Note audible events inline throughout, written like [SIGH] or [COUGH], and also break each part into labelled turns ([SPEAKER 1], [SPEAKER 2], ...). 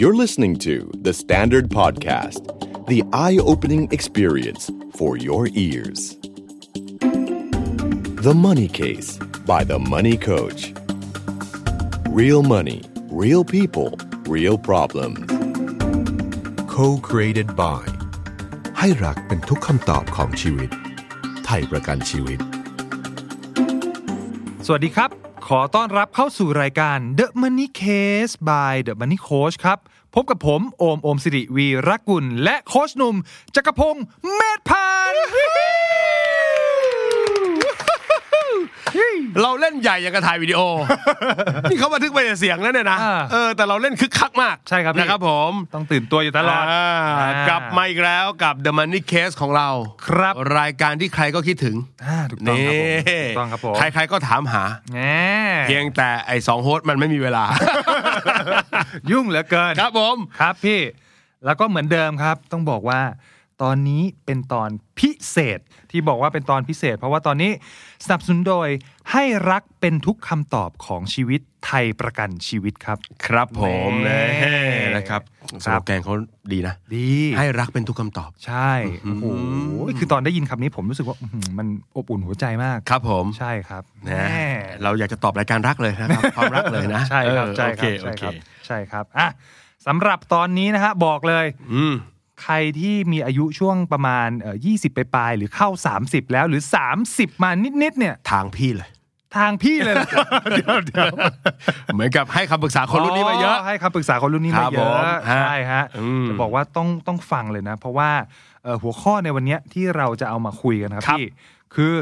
[SPEAKER 1] You're listening to The Standard Podcast, the eye opening experience for your ears. The Money Case by The Money Coach. Real money, real people, real problems.
[SPEAKER 2] Co created by ให้รักเป็นทุกคำตอบของชีวิต ไทยประกันชีวิต
[SPEAKER 3] สวัสดีครับ ขอต้อนรับเข้าสู่รายการ The Money Case by The Money Coach ครับ พบกับผม โอม โอมสิริวีรกุล และโคชหนุ่ม จักรพงศ์เมธพันธ์
[SPEAKER 4] เราเล่นใหญ่อย่างกระถ่ายวิดี
[SPEAKER 3] [LAUGHS]
[SPEAKER 4] โอ นี่เขาบันทึกไปแต่เสียงนั่นเนี่ยนะ เออ แต่เราเล่นคึกคักมาก
[SPEAKER 3] ใช่ครับพี่
[SPEAKER 4] นะครับผม
[SPEAKER 3] ต้องตื่นตัวอยู่ตลอด
[SPEAKER 4] อ่า
[SPEAKER 3] อ่
[SPEAKER 4] กลับมาอีกแล้วกับ The Money Case ของเรา
[SPEAKER 3] ครับ
[SPEAKER 4] รายการที่ใครก็คิดถึง
[SPEAKER 3] อ่าถูกต้อง
[SPEAKER 4] นี่
[SPEAKER 3] ครับผมถูกต้องครับผม
[SPEAKER 4] ใครๆก็ถามหา
[SPEAKER 3] แหม
[SPEAKER 4] เพียงแต่ไอ้สองโฮสต์มันไม่มีเวลา
[SPEAKER 3] ยุ่งเหลือเกิน
[SPEAKER 4] ครับผม
[SPEAKER 3] ครับพี่ แล้วก็เหมือนเดิมครับ ต้องบอกว่า ตอนนี้เป็นตอนพิเศษที่บอกว่าเป็นตอนพิเศษ เพราะว่าตอนนี้สนับสนุนโดยให้รักเป็นทุกคำตอบของชีวิตไทยประกันชีวิตครับ
[SPEAKER 4] ครับผม
[SPEAKER 3] นี่
[SPEAKER 4] นะนะครับส
[SPEAKER 3] ครับ
[SPEAKER 4] โลแกนเขาดีนะ
[SPEAKER 3] ดี
[SPEAKER 4] ให้รักเป็นทุกคำตอบ
[SPEAKER 3] ใช่โอ้โหคือตอนได้ยินคำนี้ผมรู้สึกว่าอื้อหือมันอบอุ่นหัวใจมาก
[SPEAKER 4] ครับผม
[SPEAKER 3] ใช่ครับ
[SPEAKER 4] นะ
[SPEAKER 3] แม่
[SPEAKER 4] เราอยากจะตอบรายการรักเลยนะครับ ความรักเลยนะ
[SPEAKER 3] ใช่ครับ
[SPEAKER 4] เออ
[SPEAKER 3] ใช่
[SPEAKER 4] โอ
[SPEAKER 3] คใช่ค
[SPEAKER 4] เครับ โอเค
[SPEAKER 3] รับใช่ครับอ่ะสำหรับตอนนี้นะฮะบอกเลย
[SPEAKER 4] อืม
[SPEAKER 3] ใครที่มีอายุช่วงประมาณเอ่อ20 ไปปลายๆหรือเข้า 30 แล้วหรือ 30 มานิด ๆ เนี่ย
[SPEAKER 4] ทางพี่เลย
[SPEAKER 3] ทางพี่เลยล่ะ
[SPEAKER 4] เดี๋ยวเดี๋ยวเหมือนกับให้คำปรึกษา [LAUGHS] คนรุ่นนี้มาเยอะ
[SPEAKER 3] ให้คำปรึกษาคนรุ่นนี้
[SPEAKER 4] ครั
[SPEAKER 3] มา
[SPEAKER 4] บ
[SPEAKER 3] เย
[SPEAKER 4] ผ
[SPEAKER 3] อะ
[SPEAKER 4] มฮะ
[SPEAKER 3] ใช่ฮะ
[SPEAKER 4] อืม
[SPEAKER 3] จะบอกว่าต้องต้องฟังเลยนะ เพราะว่าเอ่อหัวข้อในวันเนี้ยที่เราจะเอามาคุยกันครับ
[SPEAKER 4] ครับ
[SPEAKER 3] พี่คือ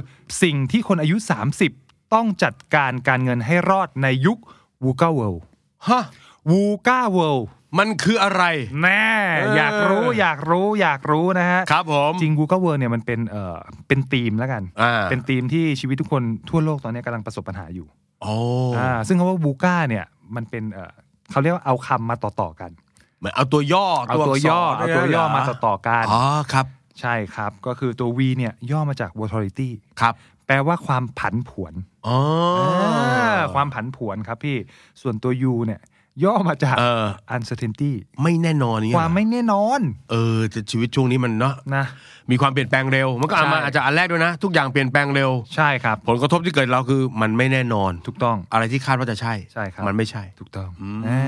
[SPEAKER 3] สิ่งที่คนอายุ 30 ต้องจัดการการเงินให้รอดในยุควูก้าเวิลด์
[SPEAKER 4] ฮะ
[SPEAKER 3] วูก้าเวิลด์
[SPEAKER 4] มันคืออะไร
[SPEAKER 3] แน่
[SPEAKER 4] เออ
[SPEAKER 3] อ
[SPEAKER 4] อ
[SPEAKER 3] ยากรู้อยากรู้อยากรู้นะฮะ
[SPEAKER 4] ครับผม
[SPEAKER 3] จริง Google World เนี่ยมันเป็นเอ่อเป็นธีมแล้วกัน
[SPEAKER 4] อ่า
[SPEAKER 3] เป็นธีมที่ชีวิตทุกคนทั่วโลกตอนนี้กำลังประสบปัญหาอยู่
[SPEAKER 4] โอ้
[SPEAKER 3] อ่าซึ่งคำว่าบูก้าเนี่ยมันเป็นเอ่อเขาเรียกว่าเอาคำมาต่อๆกัน
[SPEAKER 4] เหมือนเอาตัวย่อ
[SPEAKER 3] เอาตัวย่อเอา
[SPEAKER 4] กษร
[SPEAKER 3] ตัวย่อมาต่อๆกัน
[SPEAKER 4] อ๋อครับ
[SPEAKER 3] ใช่ครับ ก็คือตัว V เนี่ยย่อมาจาก volatility
[SPEAKER 4] ครับ
[SPEAKER 3] แปลว่าความผันผวน
[SPEAKER 4] อ๋อ
[SPEAKER 3] อ่าความผันผวนครับพี่ ส่วนตัว U เนี่ยย่อมาจาก
[SPEAKER 4] เออ
[SPEAKER 3] uncertainty
[SPEAKER 4] ไม่แน่นอนเนี่ย
[SPEAKER 3] ความไม่แน่นอน
[SPEAKER 4] เออจะชีวิตช่วงนี้มันเนาะ
[SPEAKER 3] นะ
[SPEAKER 4] มีความเปลี่ยนแปลงเร็ว มันก็อา
[SPEAKER 3] ใช่
[SPEAKER 4] มาอาจจะอันแรกด้วยนะ ทุกอย่างเปลี่ยนแปลงเร็ว
[SPEAKER 3] ใช่ครับ
[SPEAKER 4] ผลกระทบที่เกิดเราคือมันไม่แน่นอน
[SPEAKER 3] ถูกต้อง
[SPEAKER 4] อะไรที่คาดว่าจะใช่
[SPEAKER 3] ใช่ครับ
[SPEAKER 4] มันไม่ใช่
[SPEAKER 3] ถูกต้อง
[SPEAKER 4] ม
[SPEAKER 3] อ่า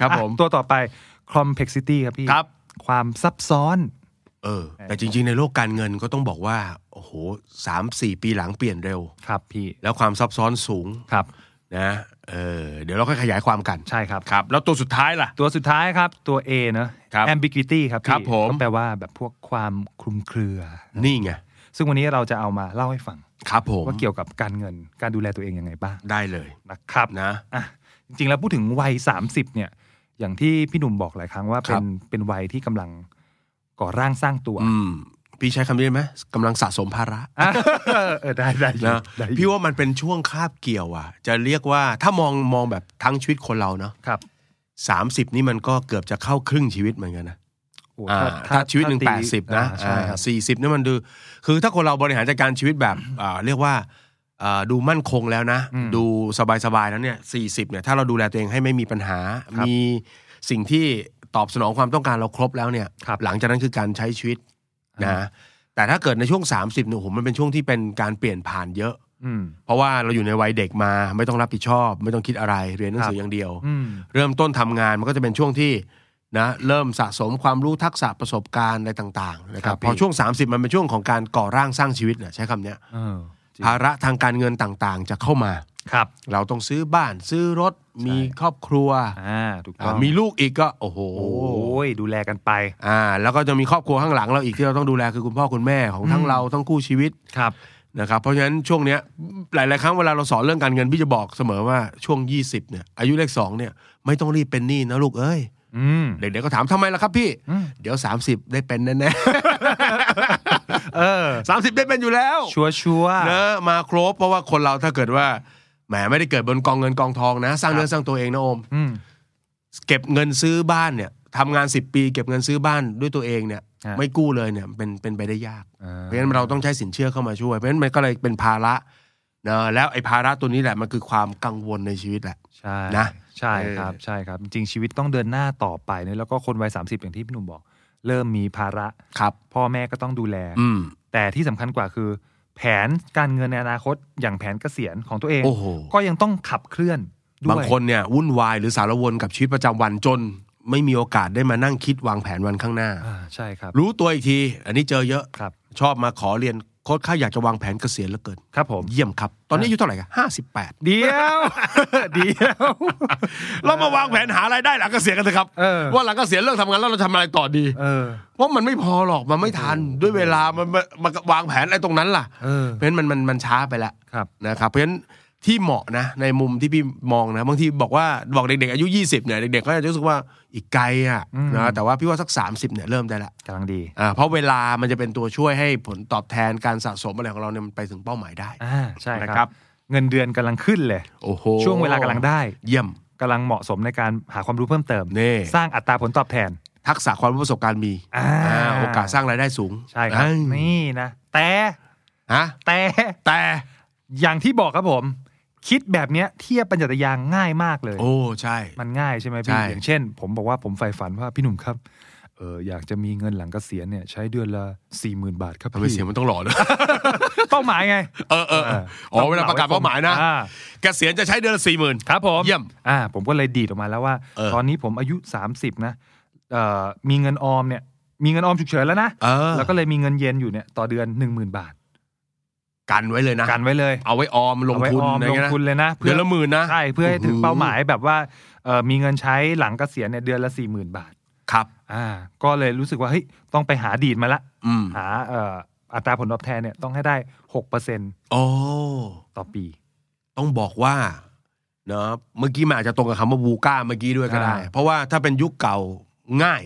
[SPEAKER 4] ครับ
[SPEAKER 3] อ่ะ
[SPEAKER 4] ผม
[SPEAKER 3] ตัวต่อไป complexity ครับพี่
[SPEAKER 4] ครับ
[SPEAKER 3] ความซับซ้อน
[SPEAKER 4] เออ แต่จริง ๆ ในโลกการเงินก็ต้องบอกว่า โอ้โหสามสี่ปีหลังเปลี่ยนเร็ว
[SPEAKER 3] ครับพี่
[SPEAKER 4] แล้วความซับซ้อนสูง
[SPEAKER 3] ครับ
[SPEAKER 4] นะเออเดี๋ยวเราค่อยขยายความกัน
[SPEAKER 3] ใช่ครับ
[SPEAKER 4] ครับ แล้วตัวสุดท้ายล่ะ
[SPEAKER 3] ตัวสุดท้ายครับ ตัว A เนอะ
[SPEAKER 4] ครับ
[SPEAKER 3] ambiguity ครับพี่
[SPEAKER 4] ครับผม
[SPEAKER 3] ก็แปลว่าแบบพวกความคลุมเครือ
[SPEAKER 4] นี่ไง
[SPEAKER 3] ซึ่งวันนี้เราจะเอามาเล่าให้ฟัง
[SPEAKER 4] ครับผม
[SPEAKER 3] ว่าเกี่ยวกับการเงินการดูแลตัวเองยังไงบ้าง
[SPEAKER 4] ได้เลย
[SPEAKER 3] นะครับ
[SPEAKER 4] นะ
[SPEAKER 3] อ่ะจริงๆแล้วพูดถึงวัย 30 เนี่ย อย่างที่พี่หนุ่มบอกหลายครั้งว่า
[SPEAKER 4] ค
[SPEAKER 3] เป็
[SPEAKER 4] รั
[SPEAKER 3] น
[SPEAKER 4] บ
[SPEAKER 3] เป็นวัยที่กำลังก่อร่างสร้างตัว
[SPEAKER 4] อืม พี่ใช้คำนี้ได้ไหมกำลังสะสมภาระ
[SPEAKER 3] อ่ะ [LAUGHS] เออได้ได้อยู่
[SPEAKER 4] นะ
[SPEAKER 3] ได้อยู่
[SPEAKER 4] พี่ว่ามันเป็นช่วงคาบเกี่ยวอ่ะ จะเรียกว่าถ้ามองมองแบบทั้งชีวิตคนเราเนาะ
[SPEAKER 3] ครับ
[SPEAKER 4] สามสิบนี่มันก็เกือบจะเข้าครึ่งชีวิตเหมือนกันนะ
[SPEAKER 3] โอ้
[SPEAKER 4] อ่า
[SPEAKER 3] ถ้า
[SPEAKER 4] ถ้าชีวิตหนึ่ง
[SPEAKER 3] ตี
[SPEAKER 4] แปดสิบนะ
[SPEAKER 3] อ่าใช่ครับ
[SPEAKER 4] สี่สิบนี่มันดูคือถ้าคนเราบริหารจัดการชีวิตแบบอ่าเรียกว่าอ่าดูมั่นคงแล้วนะ
[SPEAKER 3] อืม
[SPEAKER 4] ดูสบายๆแล้วเนี่ยสี่สิบเนี่ยถ้าเราดูแลตัวเองให้ไม่มีปัญหา
[SPEAKER 3] ครับ
[SPEAKER 4] มีสิ่งที่ตอบสนองความต้องการเราครบแล้วเนี่ย
[SPEAKER 3] ครับ
[SPEAKER 4] หลังจากนั้นคือการใช้ชีวิตนะแต่ถ้าเกิดในช่วง 30เนี่ยโอ้โหมันเป็นช่วงที่เป็นการเปลี่ยนผ่านเยอะ
[SPEAKER 3] อืม
[SPEAKER 4] เพราะว่าเราอยู่ในวัยเด็กมาไม่ต้องรับผิดชอบ ไม่ต้องคิดอะไรเรียนหนังสืออย่างเดียว
[SPEAKER 3] อืม
[SPEAKER 4] เริ่มต้นทำงานมันก็จะเป็นช่วงที่นะเริ่มสะสมความรู้ทักษะประสบการณ์อะไรต่างๆนะค
[SPEAKER 3] ครั
[SPEAKER 4] รั
[SPEAKER 3] บบ พี่
[SPEAKER 4] พอช่วง 30 มันเป็นช่วงของการก่อร่างสร้างชีวิตเนี่ยใช้คำเนี้ย
[SPEAKER 3] เออจริง
[SPEAKER 4] ภาระทางการเงินต่างๆ จะเข้ามา
[SPEAKER 3] ครับ
[SPEAKER 4] เราต้องซื้อบ้านซื้อรถมีครอบครัว
[SPEAKER 3] อ่า ถูกต้
[SPEAKER 4] อ่า
[SPEAKER 3] อง
[SPEAKER 4] มีลูกอีกก็โอ้โห
[SPEAKER 3] โอ้ย ดูแลกันไป
[SPEAKER 4] อ่าแล้วก็จะมีครอบครัวข้างหลังเราอีกที่เราต้องดูแลคือคุณพ่อคุณแม่ของทั้งเราทั้งคู่ชีวิต
[SPEAKER 3] ครับ
[SPEAKER 4] นะครับเพราะฉะนั้นช่วงเนี้ยหลายๆครั้งเวลาเราสอนเรื่องการเงินพี่จะบอกเสมอว่าช่วง 20เนี่ยอายุเลขสองเนี่ยไม่ต้องรีบเป็นหนี้นะลูกเอ้ย
[SPEAKER 3] อืม
[SPEAKER 4] เด็กๆก็ถามทำไมล่ะครับพี่
[SPEAKER 3] อืม
[SPEAKER 4] เดี๋ยว 30 ได้เป็นแน่
[SPEAKER 3] เออ
[SPEAKER 4] ๆสามสิบ ได้เป็นอยู่แล้ว
[SPEAKER 3] ชัวร์ชัวร์
[SPEAKER 4] นะมาครบเพราะว่าคนเราถ้าเกิดว่าแหมไม่ได้เกิดบนกองเงินกองทองนะ สร้างเนื้อสร้างตัวเองนะโอม
[SPEAKER 3] อืม
[SPEAKER 4] เก็บเงินซื้อบ้านเนี่ยทำงาน 10 ปี เก็บเงินซื้อบ้านด้วยตัวเองเนี่ย
[SPEAKER 3] ฮะ
[SPEAKER 4] ไม่กู้เลยเนี่ยเป็นเป็นไปได้ยาก
[SPEAKER 3] อ่
[SPEAKER 4] เพราะฉะนั้นเราต้องใช้สินเชื่อเข้ามาช่วย เพราะฉะนั้นมันก็เลยเป็นภาระนะแล้วไอ้ภาระตัวนี้แหละมันคือความกังวลในชีวิตแหละ
[SPEAKER 3] ใช่
[SPEAKER 4] นะ
[SPEAKER 3] ใช่ครับใช่ครับ จริงๆชีวิตต้องเดินหน้าต่อไปเนยแล้วก็คนวัยสาอย่างที่พี่หนุ่มบอก เริ่มมีภาระ
[SPEAKER 4] ครับ
[SPEAKER 3] พ่อแม่ก็ต้องดูแล
[SPEAKER 4] อืม
[SPEAKER 3] แต่ที่สำคัญกว่าคือ แผนการเงินในอนาคตอย่างแผนเกษียณของตัวเอง
[SPEAKER 4] โอ้โห
[SPEAKER 3] ก็ยังต้องขับเคลื่อนด้วย
[SPEAKER 4] บางคนเนี่ยวุ่นวายหรือสารวนกับชีวิตประจำวันจน ไม่มีโอกาสได้มานั่งคิดวางแผนวันข้างหน้า
[SPEAKER 3] อ่าใช่ครับ
[SPEAKER 4] รู้ตัวอีกที อันนี้เจอเยอะ
[SPEAKER 3] ครับ
[SPEAKER 4] ชอบมาขอเรียนโค้ชข้าอยากจะวางแผนเกษียณเหลือเกิน
[SPEAKER 3] ครับผม
[SPEAKER 4] เยี่ยมครับ ตอนนี้อายุเท่าไหร่กันห้าสิบแปด
[SPEAKER 3] เดียว [LAUGHS] เดียว
[SPEAKER 4] เรามาวางแผนหารายได้หลังเกษียณกันเถอะครับ
[SPEAKER 3] เออ
[SPEAKER 4] ว่าหลังเกษียณเลิกทำงานแล้วเราทำอะไรต่อดี
[SPEAKER 3] เออ
[SPEAKER 4] เพราะมันไม่พอหรอกมันไม่ทันด้วยเวลามันมันมันวางแผนอะไรตรงนั้นล่ะ
[SPEAKER 3] เออ
[SPEAKER 4] เพราะฉะนั้นมันมันมันช้าไปแล้ว
[SPEAKER 3] ครับ
[SPEAKER 4] นะครับเพราะฉะนั้นที่เหมาะนะ ในมุมที่พี่มองนะบางทีบอกว่าบอกเด็กๆอายุ 20เนี่ยเด็กๆก็อาจจะรู้สึกว่าอีกไกลอ่ะ
[SPEAKER 3] อืม
[SPEAKER 4] นะแต่ว่าพี่ว่าสัก 30เนี่ยเริ่มได้ละ
[SPEAKER 3] กำลังดี
[SPEAKER 4] อ่าเพราะเวลามันจะเป็นตัวช่วยให้ผลตอบแทนการสะสมอะไรของเราเนี่ยมันไปถึงเป้าหมายได้
[SPEAKER 3] อ่าใช่
[SPEAKER 4] นะ
[SPEAKER 3] ค
[SPEAKER 4] ครั
[SPEAKER 3] รับ
[SPEAKER 4] บ
[SPEAKER 3] เงินเดือนกำลังขึ้นเลย
[SPEAKER 4] โอ้โห
[SPEAKER 3] ช่วงเวลากำลังได้
[SPEAKER 4] เยี่ยม
[SPEAKER 3] กำลังเหมาะสมในการหาความรู้เพิ่มเติม
[SPEAKER 4] นี่
[SPEAKER 3] สร้างอัตราผลตอบแทน
[SPEAKER 4] ทักษะความรู้ประสบการณ์มี
[SPEAKER 3] อ่า
[SPEAKER 4] อ่าโอกาสสร้างรายได้สูง
[SPEAKER 3] ใช่ครับ
[SPEAKER 4] เอ้ย
[SPEAKER 3] นี่นะ แต่
[SPEAKER 4] ฮะ
[SPEAKER 3] แต่
[SPEAKER 4] แต่
[SPEAKER 3] อย่างที่บอกครับผม คิดแบบเนี้ยเทียบปัญญาตยางง่ายมากเลย
[SPEAKER 4] โอ้ใช่
[SPEAKER 3] มันง่ายใช่ไหม
[SPEAKER 4] ใช่
[SPEAKER 3] พี่ อย่างเช่น ผมบอกว่าผมใฝ่ฝันว่าพี่หนุ่มครับเอออยากจะมีเงินหลังเกษียณเนี่ยใช้เดือนละ4ี่หมื่นบาทครับ
[SPEAKER 4] ทำไม
[SPEAKER 3] พี่
[SPEAKER 4] เสียงมันต้องหล่อด้วย
[SPEAKER 3] เป้าหมายไง
[SPEAKER 4] เออเออเอออ๋อเวลาประกาศเป้าหมายนะ
[SPEAKER 3] อ่
[SPEAKER 4] เกษียณจะใช้เดือนละสี่หมื่น
[SPEAKER 3] ครับผม
[SPEAKER 4] เยี่ยม
[SPEAKER 3] อ่าผมก็เลยดีดออกมาแล้วว่า
[SPEAKER 4] เออ
[SPEAKER 3] ตอนนี้ผมอายุ 30นะเอ่อมีเงินออมเนี่ย มีเงินออมฉุกเฉินแล้วนะ
[SPEAKER 4] เออ
[SPEAKER 3] แล้วก็เลยมีเงินเย็นอยู่เนี่ยต่อเดือน 1 0,000 บาท
[SPEAKER 4] กันไว้เลยนะ
[SPEAKER 3] กันไว้เลย
[SPEAKER 4] เอาไว้ออมลงทุน
[SPEAKER 3] เอา
[SPEAKER 4] อะไร
[SPEAKER 3] ไว้ออมลง
[SPEAKER 4] เงี้ยนะ
[SPEAKER 3] ทุนเลยนะ
[SPEAKER 4] เดื
[SPEAKER 3] พื่
[SPEAKER 4] อนละหมื่นนะ
[SPEAKER 3] ใช่เพื่อให้ถึง
[SPEAKER 4] โโ
[SPEAKER 3] เป้าหมายแบบว่าเอ่อมีเงินใช้หลังเกษียณเนี่ยเดือนละ4ี่หมื่นบาท
[SPEAKER 4] ครับ
[SPEAKER 3] อ่าก็เลยรู้สึกว่าเฮ้ยต้องไปหาดีดมาละ
[SPEAKER 4] อืม
[SPEAKER 3] หาเอ่ออัตราผลตอบแทนเนี่ยต้องให้ได้หกเปอร์เซ็น
[SPEAKER 4] โอ้
[SPEAKER 3] ต่อปี
[SPEAKER 4] ต้องบอกว่าเนาะเมื่อกี้มันอาจจะตรงกับคำว่าบูก้าเมื่อกี้ด้วยก็ได้
[SPEAKER 3] อ่า
[SPEAKER 4] เพราะว่าถ้าเป็นยุคเก่าง่าย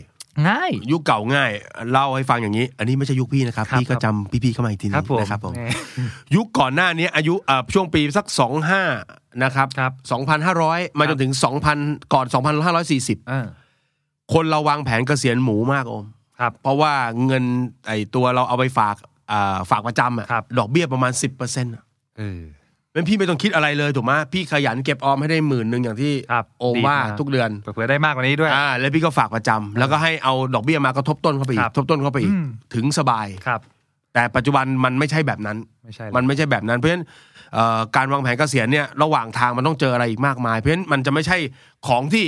[SPEAKER 3] ง่าย
[SPEAKER 4] ยุคเก่าง่ายเล่าให้ฟังอย่างนี้ อันนี้ไม่ใช่ยุคพี่นะครับ
[SPEAKER 3] ครับ
[SPEAKER 4] พี่ก็จำพี่ๆเข้ามาอีกทีนึ
[SPEAKER 3] ครับ
[SPEAKER 4] ง
[SPEAKER 3] ผม
[SPEAKER 4] นะครับผม
[SPEAKER 3] แห
[SPEAKER 4] ยุคก่อนหน้านี้อายุเอ่อช่วงปีสัก 25 นะครับ
[SPEAKER 3] ครับ
[SPEAKER 4] 2,500 มาจนถึง 2,000 ก่อน 2,540
[SPEAKER 3] เออ
[SPEAKER 4] คนเราวางแผนเกษียณหมูมากอม
[SPEAKER 3] ครับ
[SPEAKER 4] เพราะว่าเงินไอ้ตัวเราเอาไปฝากอ่าฝากประจำอะ
[SPEAKER 3] ครับ
[SPEAKER 4] ดอกเบี้ยประมาณ 10%บเปอร์เซ็นต์
[SPEAKER 3] เออ
[SPEAKER 4] เป็นพี่ไม่ต้องคิดอะไรเลยถูกไหมพี่ขยันเก็บออมให้ได้หมื่นหนึ่งอย่างที่
[SPEAKER 3] ครับ
[SPEAKER 4] โอมว่า
[SPEAKER 3] ดีมาก
[SPEAKER 4] ทุกเดือน
[SPEAKER 3] เผื่อๆได้มากกว่านี้ด้วย
[SPEAKER 4] อ่าแล้วพี่ก็ฝากประจำแล้วก็ให้เอาดอกเบี้ยมากระทบต้นเข้าไปอี
[SPEAKER 3] ค
[SPEAKER 4] ก
[SPEAKER 3] รับ
[SPEAKER 4] ทบต้นเข้าไปอีก
[SPEAKER 3] อืม
[SPEAKER 4] ถึงสบาย
[SPEAKER 3] ครับ
[SPEAKER 4] แต่ปัจจุบันมันไม่ใช่แบบนั้น
[SPEAKER 3] ไม่ใช่ละ
[SPEAKER 4] มันไม่ใช่แบบนั้น เพราะฉะนั้นเอ่อการวางแผนเกษียณเนี่ยระหว่างทางมันต้องเจออะไรอีกมากมาย เพราะฉะนั้นมันจะไม่ใช่ของที่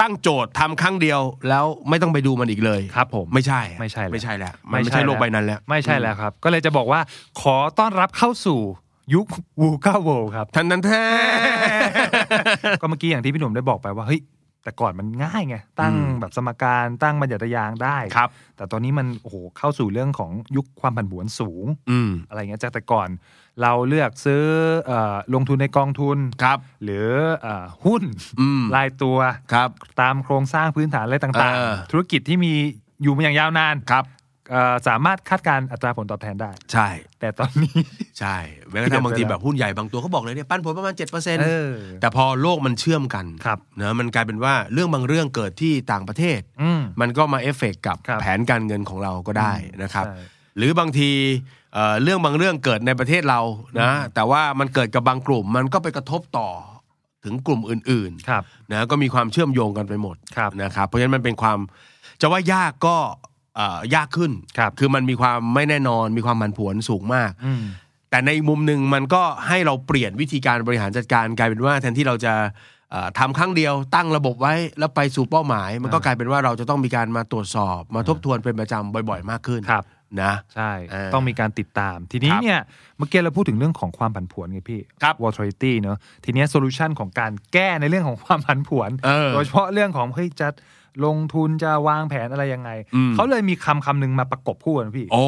[SPEAKER 4] ตั้งโจทย์ทำครั้งเดียว แล้วไม่ต้องไปดูมันอีกเลย
[SPEAKER 3] ครับผม
[SPEAKER 4] ไม่ใช่อะ
[SPEAKER 3] ไม่ใช่แล้ว
[SPEAKER 4] ไม่ใช่แล้วมัน
[SPEAKER 3] ไม่
[SPEAKER 4] ไม่ใช่
[SPEAKER 3] ใช่แล้ว
[SPEAKER 4] โลกใบนั้นแล้ว
[SPEAKER 3] ไม่ใช่แล้วครับ ก็เลยจะบอกว่าขอต้อนรับเข้าสู่ยุควูก้าโวครับ
[SPEAKER 4] ทันทันแท้
[SPEAKER 3] ก็เมื่อกี้อย่างที่พี่หนุ่มได้บอกไปว่าเฮ้ยแต่ก่อนมันง่ายไงตั้ง
[SPEAKER 4] อืม
[SPEAKER 3] แบบสมการตั้งบรรยัตยางค์ได้
[SPEAKER 4] ครับ
[SPEAKER 3] แต่ตอนนี้มันโอ้โหเข้าสู่เรื่องของยุคความผันผวนสูง
[SPEAKER 4] อืม
[SPEAKER 3] อะไรเงี้ยจากแต่ก่อน เราเลือกซื้อเออลงทุนในกองทุน
[SPEAKER 4] ครับ
[SPEAKER 3] หรือเออหุ้น
[SPEAKER 4] อืม
[SPEAKER 3] รายตัว
[SPEAKER 4] ครับ
[SPEAKER 3] ตามโครงสร้างพื้นฐานอะไรต่าง
[SPEAKER 4] เออ
[SPEAKER 3] ๆ ธุรกิจที่มีอยู่มาอย่างยาวนาน
[SPEAKER 4] ครับ
[SPEAKER 3] เอ่อสามารถคาดการณ์อัตราผลตอบแทนได้
[SPEAKER 4] ใช่
[SPEAKER 3] แต่ตอนนี้
[SPEAKER 4] ใช่แม้กระทั่งบางที
[SPEAKER 3] เปลี่ยนไปแล้ว
[SPEAKER 4] แบบหุ้นใหญ่บางตัวเขาบอกเลยเนี่ยปันผลประมาณ7%เปอร์เซ็นต์
[SPEAKER 3] เออ
[SPEAKER 4] แต่พอโลกมันเชื่อมกัน
[SPEAKER 3] ครับ
[SPEAKER 4] นะมันกลายเป็นว่าเรื่องบางเรื่องเกิดที่ต่างประเทศ
[SPEAKER 3] อืม
[SPEAKER 4] มันก็มาเอฟเฟกต์กับ
[SPEAKER 3] ครับ
[SPEAKER 4] แผนการเงินของเราก็ได้
[SPEAKER 3] อืม
[SPEAKER 4] นะครับ
[SPEAKER 3] ใช่
[SPEAKER 4] หรือบางทีเอ่อเรื่องบางเรื่องเกิดในประเทศเรานะแต่ว่ามันเกิดกับบางกลุ่ม มันก็ไปกระทบต่อถึงกลุ่มอื่น
[SPEAKER 3] ครับ
[SPEAKER 4] ๆนะก็มีความเชื่อมโยงกันไปหมด
[SPEAKER 3] ครับ
[SPEAKER 4] นะครับ เพราะฉะนั้นมันเป็นความจะว่ายากก็เอ่อยากขึ้น
[SPEAKER 3] ครับ
[SPEAKER 4] อมันมีความไม่แน่นอน มีความผันผวนสูงมาก
[SPEAKER 3] อืม
[SPEAKER 4] แต่ในมุมหนึ่งมันก็ให้เราเปลี่ยนวิธีการบริหารจัดการกลายเป็นว่าแทนที่เราจะเอ่อทำครั้งเดียวตั้งระบบไว้แล้วไปสู่เป้าหมาย มันก็กลายเป็นว่าเราจะต้องมีการมาตรวจสอบมาทบทวนเป็นประจำบ่อยๆ มากขึ้น
[SPEAKER 3] ครับ
[SPEAKER 4] นะ
[SPEAKER 3] ใช่
[SPEAKER 4] เออ
[SPEAKER 3] ต้องมีการติดตาม ทีนี้
[SPEAKER 4] ครับ
[SPEAKER 3] เนี่ยเมื่อกี้เราพูดถึงเรื่องของความผันผวนไงพี่
[SPEAKER 4] ครับ
[SPEAKER 3] volatility เนอะทีเนี้โซลูชันของการแก้ในเรื่องของความผันผวน
[SPEAKER 4] เออ
[SPEAKER 3] โดยเฉพาะเรื่องของเฮ้ยจะลงทุนจะวางแผนอะไรยังไง
[SPEAKER 4] อืม
[SPEAKER 3] เขาเลยมีคำคำหนึ่งมาประกบคู่กันพี่
[SPEAKER 4] โอ้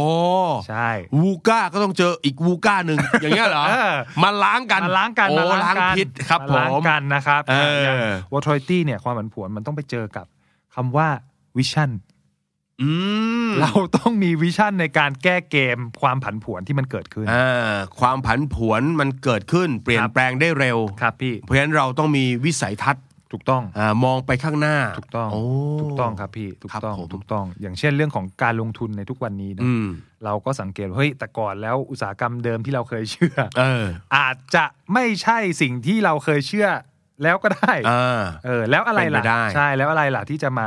[SPEAKER 3] ใช่
[SPEAKER 4] วูก้าก็ต้องเจออีกวูก้าหนึ่ง อย่างเงี้ยเหรอ
[SPEAKER 3] เออ
[SPEAKER 4] มาล้างกัน
[SPEAKER 3] มาล้างกัน
[SPEAKER 4] โอ้
[SPEAKER 3] มา
[SPEAKER 4] ล้างพิษครับ
[SPEAKER 3] มา
[SPEAKER 4] ผ
[SPEAKER 3] ล้าง
[SPEAKER 4] ม
[SPEAKER 3] กันนะครับ
[SPEAKER 4] เออ
[SPEAKER 3] วอทรอยตี้เนี่ยความผันผวนมันต้องไปเจอกับคำว่าวิชั่น
[SPEAKER 4] อืม
[SPEAKER 3] เราต้องมีวิชั่นในการแก้เกมความผันผวนที่มันเกิดขึ้น
[SPEAKER 4] อ่าความผันผวนมันเกิดขึ้น เปลี่ยน
[SPEAKER 3] ครับ
[SPEAKER 4] แปลงได้เร็ว
[SPEAKER 3] ครับพี่
[SPEAKER 4] เพราะฉะนั้นเราต้องมีวิสัยทัศน์
[SPEAKER 3] ถูกต้อง
[SPEAKER 4] อ่ามองไปข้างหน้า
[SPEAKER 3] ถูกต้อง
[SPEAKER 4] โ
[SPEAKER 3] ถูกต้องครับพี่ถูก
[SPEAKER 4] ครับ
[SPEAKER 3] ต้อง
[SPEAKER 4] ผม
[SPEAKER 3] ถูกต้อง อย่างเช่นเรื่องของการลงทุนในทุกวันนี้นะ
[SPEAKER 4] อืม
[SPEAKER 3] เราก็สังเกตว่าเฮ้ยแต่ก่อนแล้วอุตสาหกรรมเดิมที่เราเคยเชื่อ
[SPEAKER 4] เออ
[SPEAKER 3] อาจจะไม่ใช่สิ่งที่เราเคยเชื่อ แล้วก็ได้
[SPEAKER 4] เออ
[SPEAKER 3] เออแล้วอะไร
[SPEAKER 4] เป็น
[SPEAKER 3] ล่ะ
[SPEAKER 4] ไปได้
[SPEAKER 3] ใช่แล้วอะไรล่ะที่จะมา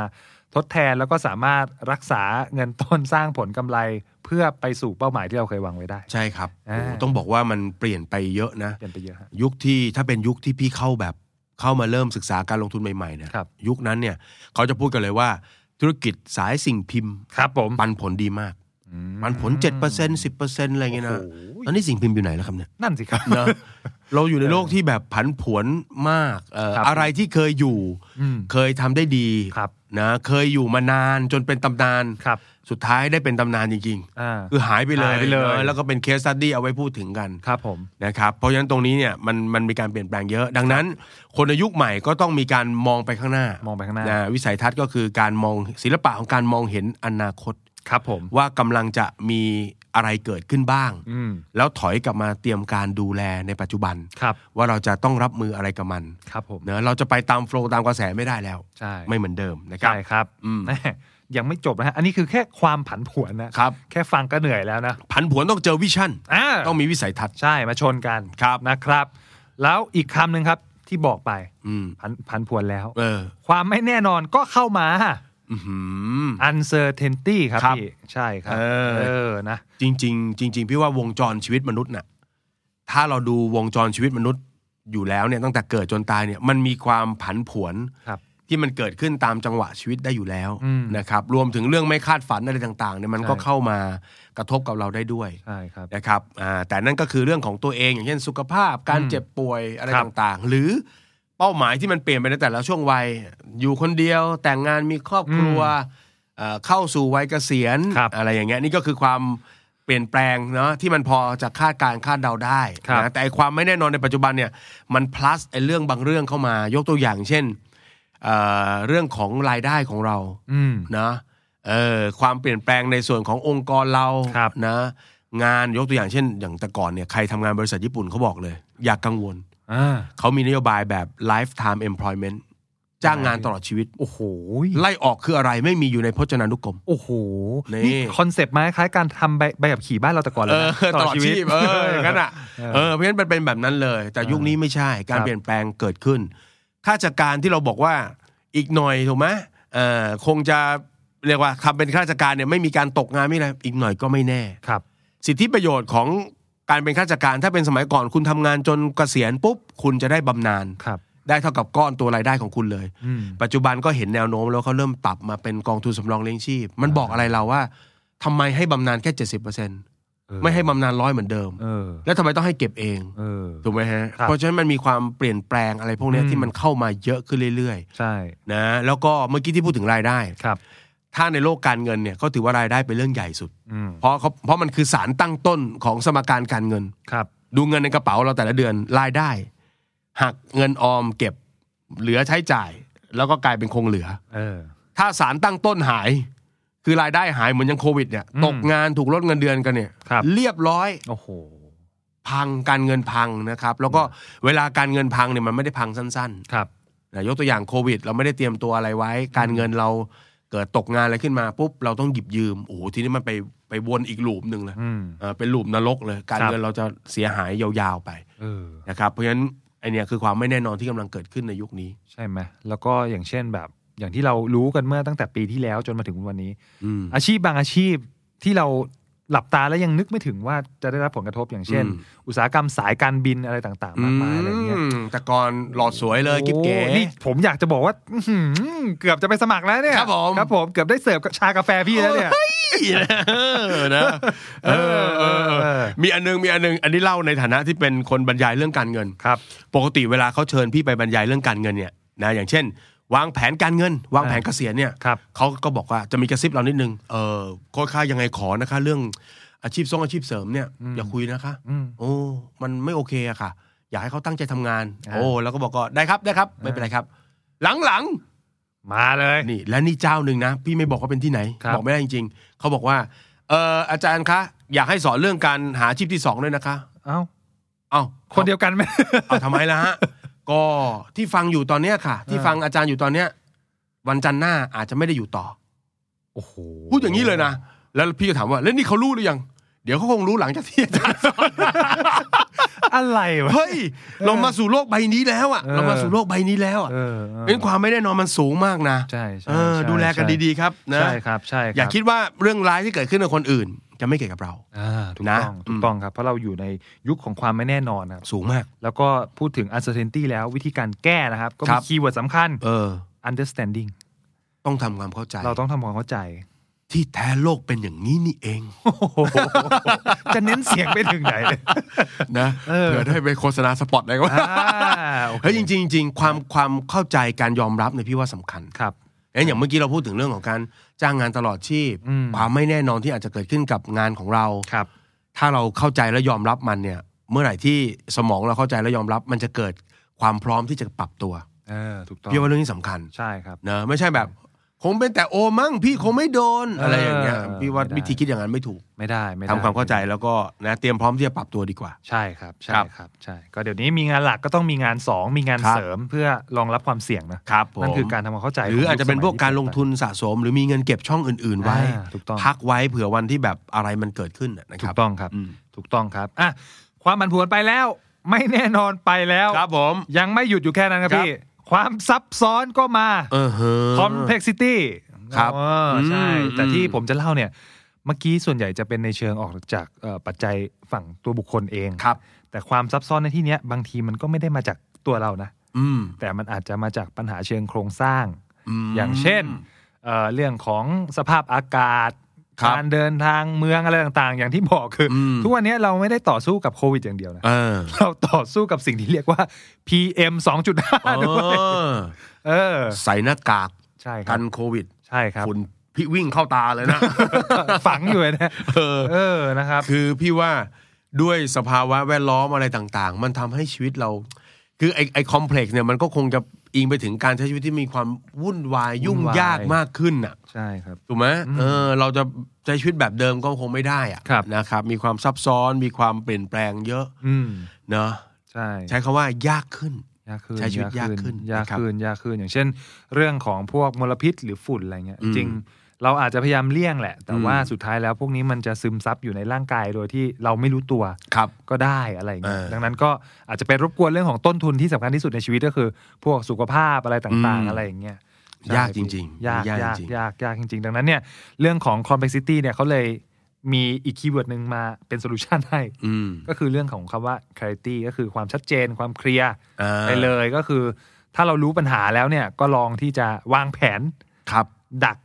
[SPEAKER 3] ทดแทนแล้วก็สามารถรักษาเงินต้นสร้างผลกำไร เพื่อไปสู่เป้าหมายที่เราเคยวางไว้ได้
[SPEAKER 4] ใช่ครับ
[SPEAKER 3] อ่า
[SPEAKER 4] โอ้ต้องบอกว่ามันเปลี่ยนไปเยอะนะ
[SPEAKER 3] เปลี่ยนไปเยอะฮะ
[SPEAKER 4] ยุคที่ถ้าเป็นยุคที่พี่เข้าแบบเข้ามาเริ่มศึกษาการลงทุนใหม่ๆเนี่ย
[SPEAKER 3] ครับ
[SPEAKER 4] ยุคนั้นเนี่ยเขาจะพูดกันเลยว่า ธุรกิจสายสิ่งพิมพ์
[SPEAKER 3] ครับผม
[SPEAKER 4] ปันผลดีมาก ปันผล 7% 10%อะไรเงี้ยนะตอนนี้สิ่งพิมพ์อยู่ไหนแล้วครับเนี่ย
[SPEAKER 3] นั่นสิครับ
[SPEAKER 4] นะเราอยู่ในโลกที่แบบผันผวนมากเอ่อ
[SPEAKER 3] ครับ
[SPEAKER 4] อะไรที่เคยอยู่
[SPEAKER 3] อืม
[SPEAKER 4] เคยทำได้ดี
[SPEAKER 3] ครับ
[SPEAKER 4] นะเคยอยู่มานานจนเป็นตำนาน
[SPEAKER 3] ครับ
[SPEAKER 4] สุดท้ายได้เป็นตำนานจริง
[SPEAKER 3] า
[SPEAKER 4] ๆ คือหายไปเลย
[SPEAKER 3] หายไปเลย
[SPEAKER 4] นะแล้วก็เป็นเคสสตดี้เอาไว้พูดถึงกัน
[SPEAKER 3] ครับผม
[SPEAKER 4] นะครับเพราะฉะนั้นตรงนี้เนี่ยมันมันมีการเปลี่ยนแปลงเยอะ ดังนั้น คนในยุคใหม่ก็ต้องมีการมองไปข้างหน้าม
[SPEAKER 3] องไปข้างหน้า
[SPEAKER 4] นะวิสัยทัศน์ก็คือการมองศิลปะของการมองเห็นอนาคต
[SPEAKER 3] ครับผม
[SPEAKER 4] ว่ากำลังจะมีอะไรเกิดขึ้นบ้าง
[SPEAKER 3] อืม
[SPEAKER 4] แล้วถอยกลับมาเตรียมการดูแลในปัจจุบัน
[SPEAKER 3] ครับ
[SPEAKER 4] ว่าเราจะต้องรับมืออะไรกับมัน
[SPEAKER 3] ครับผม
[SPEAKER 4] เนอะเราจะไปตามโฟล์ตามกระแสไม่ได้แล้ว
[SPEAKER 3] ใช่
[SPEAKER 4] ไม่เหมือนเดิมนะครับ
[SPEAKER 3] ใช่ครับ
[SPEAKER 4] อืม
[SPEAKER 3] แม่ยังไม่จบนะฮะอันนี้คือแค่ความผันผวนนะครับ แค่ฟังก็เหนื่อยแล้วนะ
[SPEAKER 4] ผันผวนต้องเจอวิชั่น
[SPEAKER 3] อ่า
[SPEAKER 4] ต้องมีวิสัยทัศน์
[SPEAKER 3] ใช่มาชนกัน
[SPEAKER 4] ครับ
[SPEAKER 3] นะครับ แล้วอีกคำหนึ่งครับที่บอกไป
[SPEAKER 4] อืม
[SPEAKER 3] ผันผันผวนแล้ว
[SPEAKER 4] เออ
[SPEAKER 3] ความไม่แน่นอนก็เข้ามา
[SPEAKER 4] อื้อหือ
[SPEAKER 3] uncertainty ครับ
[SPEAKER 4] ครับ
[SPEAKER 3] พี่ใช่ครับ
[SPEAKER 4] เออ
[SPEAKER 3] อนะ
[SPEAKER 4] จริง ๆ จริง ๆ พี่ว่าวงจรชีวิตมนุษย์น่ะถ้าเราดูวงจรชีวิตมนุษย์อยู่แล้วเนี่ยตั้งแต่เกิดจนตายเนี่ยมันมีความผันผวน
[SPEAKER 3] ครับ
[SPEAKER 4] ที่มันเกิดขึ้นตามจังหวะชีวิตได้อยู่แล้ว
[SPEAKER 3] อืม
[SPEAKER 4] นะครับรวมถึงเรื่องไม่คาดฝันอะไรต่างๆเนี่ยมันก็
[SPEAKER 3] ใช่
[SPEAKER 4] เข้ามากระทบกับเราได้ด้วย
[SPEAKER 3] ใช่ครับ
[SPEAKER 4] นะครับอ่าแต่นั่นก็คือเรื่องของตัวเองอย่างเช่นสุขภาพ การ
[SPEAKER 3] อืม
[SPEAKER 4] เจ็บป่วยอะไร
[SPEAKER 3] ครับ
[SPEAKER 4] ต่างๆ หรือเป้าหมายที่มันเปลี่ยนไปในแต่ละช่วงวัย อยู่คนเดียวแต่งงานมีครอบครัวเอ่อเข้าสู่วัยเกษียณอะไรอย่างเงี้ยนี่ก็คือความเปลี่ยนแปลงเนาะที่มันพอจะคาดการณ์คาดเดาได้นะแต่ไอ้ความไม่แน่นอนในปัจจุบันเนี่ยมัน plus ไอ้เรื่องบางเรื่องเข้ามายกตัวอย่างเช่นเอ่อเรื่องของรายได้ของเรา
[SPEAKER 3] อืม
[SPEAKER 4] นะเออความเปลี่ยนแปลงในส่วนขององค์กรเรา
[SPEAKER 3] ครับ
[SPEAKER 4] นะงานยกตัวอย่างเช่น อย่างแต่ก่อนเนี่ยใครทำงานบริษัทญี่ปุ่นเขาบอกเลย อย่ากกังวล
[SPEAKER 3] ่า
[SPEAKER 4] เขามีนโยบายแบบ lifetime employment จ้างงานตลอดชีวิต
[SPEAKER 3] โอ้โห
[SPEAKER 4] ไล่ออกคืออะไรไม่มีอยู่ในพจนานุกรม
[SPEAKER 3] โอ้โห
[SPEAKER 4] นี่
[SPEAKER 3] คอนเซปต์มาคล้ายการทำใบใบขับขี่บ้านเราแต่ก่อนเลย
[SPEAKER 4] เอ
[SPEAKER 3] นะ
[SPEAKER 4] อ [LAUGHS] ตลอดชีพเอออย่างนั้นอ่ะ
[SPEAKER 3] เออ
[SPEAKER 4] เออเพราะฉะนั้นมันเป็นแบบนั้นเลย แต่ยุคนี้ไม่ใช่การ
[SPEAKER 3] ครับ
[SPEAKER 4] เปลี่ยนแปลงเกิดขึ้น ข้าราชการที่เราบอกว่าอีกหน่อยถูกไหมเออคงจะเรียกว่าทำเป็นข้าราชการเนี่ยไม่มีการตกงานไม่อะไรอีกหน่อยก็ไม่แน่
[SPEAKER 3] ครับ
[SPEAKER 4] สิทธิประโยชน์ของการเป็นข้าราชการถ้าเป็นสมัยก่อนคุณทำงานจนเกษียณปุ๊บ คุณจะได้บำนาญ
[SPEAKER 3] ครับ
[SPEAKER 4] ได้เท่ากับก้อนตัวรายได้ของคุณเลย
[SPEAKER 3] อืม
[SPEAKER 4] ปัจจุบันก็เห็นแนวโน้มแล้วเขาเริ่มปรับมาเป็นกองทุนสำรองเลี้ยงชีพ มันบอกอะไรเราว่าทำไมให้บำนาญแค่ 70%ไม่ให้บำนาญร้อยเหมือนเดิม
[SPEAKER 3] เออ
[SPEAKER 4] แล้วทำไมต้องให้เก็บเอง
[SPEAKER 3] เออ
[SPEAKER 4] ถูกไหมฮะ
[SPEAKER 3] ครับ
[SPEAKER 4] เพราะฉะนั้นมันมีความเปลี่ยนแปลงอะไรพวกเนี้ย
[SPEAKER 3] อืม
[SPEAKER 4] ที่มันเข้ามาเยอะขึ้นเรื่อย
[SPEAKER 3] ใช่
[SPEAKER 4] ๆนะแล้วก็เมื่อกี้ที่พูดถึงรายได้
[SPEAKER 3] ครับ
[SPEAKER 4] ถ้าในโลกการเงินเนี่ยเขาถือว่ารายได้เป็นเรื่องใหญ่สุด
[SPEAKER 3] อืม
[SPEAKER 4] เพราะเขาเพราะมันคือสารตั้งต้นของสมการการเงิน
[SPEAKER 3] ครับ
[SPEAKER 4] ดูเงินในกระเป๋าเราแต่ละเดือนรายได้ หักเงินออมเก็บเหลือใช้จ่าย แล้วก็กลายเป็นคงเหลือ
[SPEAKER 3] เออ
[SPEAKER 4] ถ้าสารตั้งต้นหาย คือรายได้หายเหมือนอยังโควิดเนี่ย
[SPEAKER 3] อืม
[SPEAKER 4] ตกงานถูกลดเงินเดือนกันเนี่ย
[SPEAKER 3] ครับ
[SPEAKER 4] เรียบร้อย
[SPEAKER 3] โอ้โห
[SPEAKER 4] พังการเงินพังนะครับ แล้วก็เวลาการเงินพังเนี่ยมันไม่ได้พังสั้น
[SPEAKER 3] ครับ
[SPEAKER 4] ๆนะยกตัวอย่างโควิด เราไม่ได้เตรียมตัวอะไรไว้ การเงินเราเกิดตกงานอะไรขึ้นมาปุ๊บเราต้องหยิบยืมโอ้โหทีนี้มันไปไปวนอีกหลูมหนึ่งเลย
[SPEAKER 3] อืม
[SPEAKER 4] เอ่อเป็นหลุมนรกเลย การ
[SPEAKER 3] ครับ
[SPEAKER 4] เงินเราจะเสียหายยาวๆไป
[SPEAKER 3] เออ
[SPEAKER 4] นะครับเพราะฉะนั้นไอเนี่ยคือความไม่แน่นอนที่กำลังเกิดขึ้นในยุคนี้
[SPEAKER 3] ใช่ไหมแล้วก็อย่างเช่นแบบ อย่างที่เรารู้กันเมื่อตั้งแต่ปีที่แล้วจนมาถึงวันนี้
[SPEAKER 4] อืม
[SPEAKER 3] อาชีพบางอาชีพที่เราหลับตาแล้วยังนึกไม่ถึงว่าจะได้รับผลกระทบอย่างเช่น
[SPEAKER 4] อืม
[SPEAKER 3] อุตสาหกรรมสายการบินอะไรต่างๆ มากมายอะไรเงี้ย
[SPEAKER 4] มแต่ก่อนหลอดสวยเลยกิ๊บเก๋
[SPEAKER 3] โอ้นี่ผมอยากจะบอกว่าอื้อหือเกือบจะไปสมัครแล้วเนี่ย
[SPEAKER 4] ครับผม
[SPEAKER 3] ครับผมเกือบได้เสิร์ฟกับชากาแฟพี่แล้วเนี่ย
[SPEAKER 4] เออนะเออเออเออ
[SPEAKER 3] เออ
[SPEAKER 4] มีอันนึงมีอันนึงอันนี้เล่าในฐานะที่เป็นคนบรรยายเรื่องการเงิน
[SPEAKER 3] ครับ
[SPEAKER 4] ปกติเวลาเขาเชิญพี่ไปบรรยายเรื่องการเงินเนี่ยนะอย่างเช่น วางแผนการเงิน วางแผนเกษียณเนี่ย
[SPEAKER 3] ครับ
[SPEAKER 4] เขาก็บอกว่าจะมีกระซิบเรานิดนึงเออโค้ชค่ายังไงขอนะคะ เรื่องอาชีพซ่องอาชีพเสริมเนี่ยอย่าคุยนะคะ
[SPEAKER 3] อืม
[SPEAKER 4] โอ้ มันไม่โอเคอะค่ะ อยากให้เขาตั้งใจทำงาน
[SPEAKER 3] อ่า
[SPEAKER 4] โอ้ แล้วก็บอกก็ได้ครับได้ครับ ไม่เป็นไรครับ หลัง
[SPEAKER 3] มาเลย
[SPEAKER 4] ๆนี่ และนี่เจ้าหนึ่งนะ พี่ไม่บอกว่าเป็นที่ไหน
[SPEAKER 3] ครับ
[SPEAKER 4] บอกไม่ได้จริง ๆ เขาบอกว่า เอออาจารย์คะ อยากให้สอนเรื่องการหาอาชีพที่สองด้วยนะคะ
[SPEAKER 3] เอ้า
[SPEAKER 4] เอ้า
[SPEAKER 3] คนเดียวกันไหม
[SPEAKER 4] เอาทำไมล่ะฮะ [LAUGHS] ก็ที่ฟังอยู่ตอนเนี้ยค่ะ ที่ฟังอาจารย์อยู่ตอนเนี้ย วันจันทร์หน้าอาจจะไม่ได้อยู่ต่อ
[SPEAKER 3] โอ้โห
[SPEAKER 4] พูดอย่างนี้เลยนะ แล้วพี่ก็ถามว่า แล้วนี่เขารู้หรือยัง เดี๋ยวเขาคงรู้หลังจากที่อาจารย์สอน
[SPEAKER 3] อะไรวะ
[SPEAKER 4] เฮ้ย เรามาสู่โลกใบนี้แล้วอ่ะ
[SPEAKER 3] เออ
[SPEAKER 4] เรามาสู่โลกใบนี้แล้วอ่ะ
[SPEAKER 3] เออเออ
[SPEAKER 4] เป็นความไม่แน่นอนมันสูงมากนะ
[SPEAKER 3] ใช่ใช่
[SPEAKER 4] เออ
[SPEAKER 3] ใช่
[SPEAKER 4] ดูแลกัน
[SPEAKER 3] ใช่
[SPEAKER 4] ดีๆครับนะ
[SPEAKER 3] ใช่ครับใช่รับ
[SPEAKER 4] อย่าคิดว่าเรื่องร้ายที่เกิดขึ้นกับคนอื่น จะไม่เกิดกับเรา
[SPEAKER 3] อ่าถูก
[SPEAKER 4] นะ
[SPEAKER 3] ต้อง
[SPEAKER 4] อื
[SPEAKER 3] ถูก
[SPEAKER 4] ม
[SPEAKER 3] ต้องครับ เพราะเราอยู่ในยุคของความไม่แน่นอนครับ
[SPEAKER 4] สูงมาก
[SPEAKER 3] แล้วก็พูดถึง uncertainty แล้ววิธีการแก้นะครับ ก็
[SPEAKER 4] ครั
[SPEAKER 3] มี
[SPEAKER 4] บ
[SPEAKER 3] คีย์เวิร์ดสำคัญ
[SPEAKER 4] เออ
[SPEAKER 3] understanding
[SPEAKER 4] ต้องทำความเข้าใจ
[SPEAKER 3] เราต้องทำความเข้าใจ
[SPEAKER 4] ที่แท้โลกเป็นอย่างนี้นี่เอง
[SPEAKER 3] จะเน้นเสียงไปถึงไหนเลย
[SPEAKER 4] นะ
[SPEAKER 3] เออ
[SPEAKER 4] เผื่อได้ไปโฆษณาสปอตอะไรก็ว่า
[SPEAKER 3] อ่าโอค
[SPEAKER 4] เฮ้ยจริงๆจริงๆความความเข้าใจการยอมรับเนี่ยพี่ว่าสำคัญ
[SPEAKER 3] ครับ
[SPEAKER 4] เอ้ยอย่างเมื่อกี้เราพูดถึงเรื่องของการจ้างงานตลอดชีพ
[SPEAKER 3] อืม
[SPEAKER 4] ความไม่แน่นอนที่อาจจะเกิดขึ้นกับงานของเรา
[SPEAKER 3] ครับ
[SPEAKER 4] ถ้าเราเข้าใจและยอมรับมันเนี่ย เมื่อไหร่ที่สมองเราเข้าใจและยอมรับ มันจะเกิดความพร้อมที่จะปรับตัว
[SPEAKER 3] เออ ถูกต้อง
[SPEAKER 4] พี่ว่าเรื่องนี้สำคัญ
[SPEAKER 3] ใช่ครับ
[SPEAKER 4] นะไม่ใช่แบบ คงเป็นแต่โอมั้งพี่คงไม่โดนอะไรอย่างเงี้ย
[SPEAKER 3] เออ
[SPEAKER 4] พี่ว่า
[SPEAKER 3] ไม่ได้
[SPEAKER 4] วิธีคิดอย่างนั้นไม่ถูก
[SPEAKER 3] ไม่ได้ ไม่ได้
[SPEAKER 4] ทำความเข้าใจแล้วก็นะเตรียมพร้อมที่จะปรับตัวดีกว่า
[SPEAKER 3] ใช่ครับ ใช่
[SPEAKER 4] ครับ
[SPEAKER 3] ครับ ใช่ ก็เดี๋ยวนี้มีงานหลักก็ต้องมีงานสองมีงาน
[SPEAKER 4] ครับ
[SPEAKER 3] เสริมเพื่อรองรับความเสี่ยงนะครับ
[SPEAKER 4] ผม
[SPEAKER 3] นั่นคือการทำความเข้าใจ
[SPEAKER 4] หรืออาจจะเป็นพวกการลง
[SPEAKER 3] น
[SPEAKER 4] ทุนสะสม หรือมีเงินเก็บช่องอื่น ๆ ไว้
[SPEAKER 3] อ่าถูกต้อง
[SPEAKER 4] พักไว้เผื่อวันที่แบบอะไรมันเกิดขึ้นน่ะนะค
[SPEAKER 3] ถู
[SPEAKER 4] รับ
[SPEAKER 3] กต้องครับ
[SPEAKER 4] อืม
[SPEAKER 3] ถูกต้องครับอ่ะความผันผวนไปแล้ว ไม่แน่นอนไปแล้ว
[SPEAKER 4] ครับผม
[SPEAKER 3] ยังไม่หยุดอยู่แค่นั้นครับ
[SPEAKER 4] ครับ
[SPEAKER 3] พี่ ความซับซ้อนก็มา
[SPEAKER 4] เออฮะ
[SPEAKER 3] complexity
[SPEAKER 4] ครับ
[SPEAKER 3] เออใช่
[SPEAKER 4] อืม
[SPEAKER 3] แต่ที่
[SPEAKER 4] อืม
[SPEAKER 3] ผมจะเล่าเนี่ย เมื่อกี้ส่วนใหญ่จะเป็นในเชิงออกจากเอ่อปัจจัยฝั่งตัวบุคคลเอง
[SPEAKER 4] ครับ
[SPEAKER 3] แต่ความซับซ้อนในที่เนี้ยบางทีมันก็ไม่ได้มาจากตัวเรานะ
[SPEAKER 4] อืม
[SPEAKER 3] แต่มันอาจจะมาจากปัญหาเชิงโครงสร้าง
[SPEAKER 4] ม
[SPEAKER 3] อย่างเช่นเอ่อเรื่องของสภาพอากาศ
[SPEAKER 4] ครับ
[SPEAKER 3] การเดินทางเมืองอะไรต่างๆ อย่างที่บอกคืออ
[SPEAKER 4] ม
[SPEAKER 3] ทุกวันเนี้ยเราไม่ได้ต่อสู้กับโควิดอย่างเดียวนะ
[SPEAKER 4] เออ
[SPEAKER 3] เราต่อสู้กับสิ่งที่เรียกว่า PM 2.5ด้วย
[SPEAKER 4] เออ
[SPEAKER 3] เออ
[SPEAKER 4] ใส่หน้ากาก
[SPEAKER 3] ใช่ครั
[SPEAKER 4] กับ นโควิด
[SPEAKER 3] ใช่ครับ
[SPEAKER 4] ฝุ่นพี่วิ่งเข้าตาเลยนะ
[SPEAKER 3] ฝังอยู่ [LAUGHS] นะ
[SPEAKER 4] เออ
[SPEAKER 3] เออนะครับ
[SPEAKER 4] [LAUGHS] คือพี่ว่าด้วยสภาวะแวดล้อมอะไรต่างๆ มันทำให้ชีวิตเรา คือไอไอคอมเพล็กซ์เนี่ยมันก็คงจะอิงไปถึงการใช้ชีวิตที่มีความวุ่นวายยุ่งยาก
[SPEAKER 3] วุ่นวาย
[SPEAKER 4] มากขึ้นน่ะ
[SPEAKER 3] ใช่ครับ
[SPEAKER 4] ถูกไหมเออเราจะใช้ชีวิตแบบเดิมก็คงไม่ได้อะ
[SPEAKER 3] ครับ
[SPEAKER 4] นะครับ มีความซับซ้อนมีความเปลี่ยนแปลงเยอะ
[SPEAKER 3] อืม
[SPEAKER 4] เนาะ
[SPEAKER 3] ใช่
[SPEAKER 4] ใช้คำว่ายากขึ้น
[SPEAKER 3] ยากขึ้น
[SPEAKER 4] ใช้ชีวิตยากขึ้น
[SPEAKER 3] ยาก
[SPEAKER 4] นะครับ
[SPEAKER 3] ขึ้นยากขึ้นอย่างเช่น เรื่องของพวกมลพิษหรือฝุ่นอะไรเงี้ย
[SPEAKER 4] อื
[SPEAKER 3] จ
[SPEAKER 4] ม
[SPEAKER 3] ริงเราอาจจะพยายามเลี่ยงแหละ แต่
[SPEAKER 4] อืม
[SPEAKER 3] ว่าสุดท้ายแล้วพวกนี้มันจะซึมซับอยู่ในร่างกายโดยที่เราไม่รู้ตัว
[SPEAKER 4] ครับ
[SPEAKER 3] ก็ได้อะไรเงี้ย
[SPEAKER 4] เออ
[SPEAKER 3] ดังนั้นก็อาจจะไปรบกวนเรื่องของต้นทุนที่สำคัญที่สุดในชีวิตก็คือ พวกสุขภาพอะไรต่าง
[SPEAKER 4] อืม
[SPEAKER 3] ๆ อะไรอย่างเงี้ยใช่
[SPEAKER 4] ยากจริงๆ
[SPEAKER 3] ยาก
[SPEAKER 4] ยาก
[SPEAKER 3] ยาก
[SPEAKER 4] จริง
[SPEAKER 3] ยากยากจริง ๆ ดังนั้นเนี่ยเรื่องของ complexity เนี่ยเขาเลยมีอีกคีย์เวิร์ดหนึ่งมาเป็นโซลูชันให้
[SPEAKER 4] อืม
[SPEAKER 3] ก็คือเรื่องของคำว่า clarity ก็คือความชัดเจนความเคลียร์
[SPEAKER 4] อ่า
[SPEAKER 3] ไปเลยก็คือ ถ้าเรารู้ปัญหาแล้วเนี่ยก็ลองที่จะวางแผน
[SPEAKER 4] ครับ
[SPEAKER 3] ดัก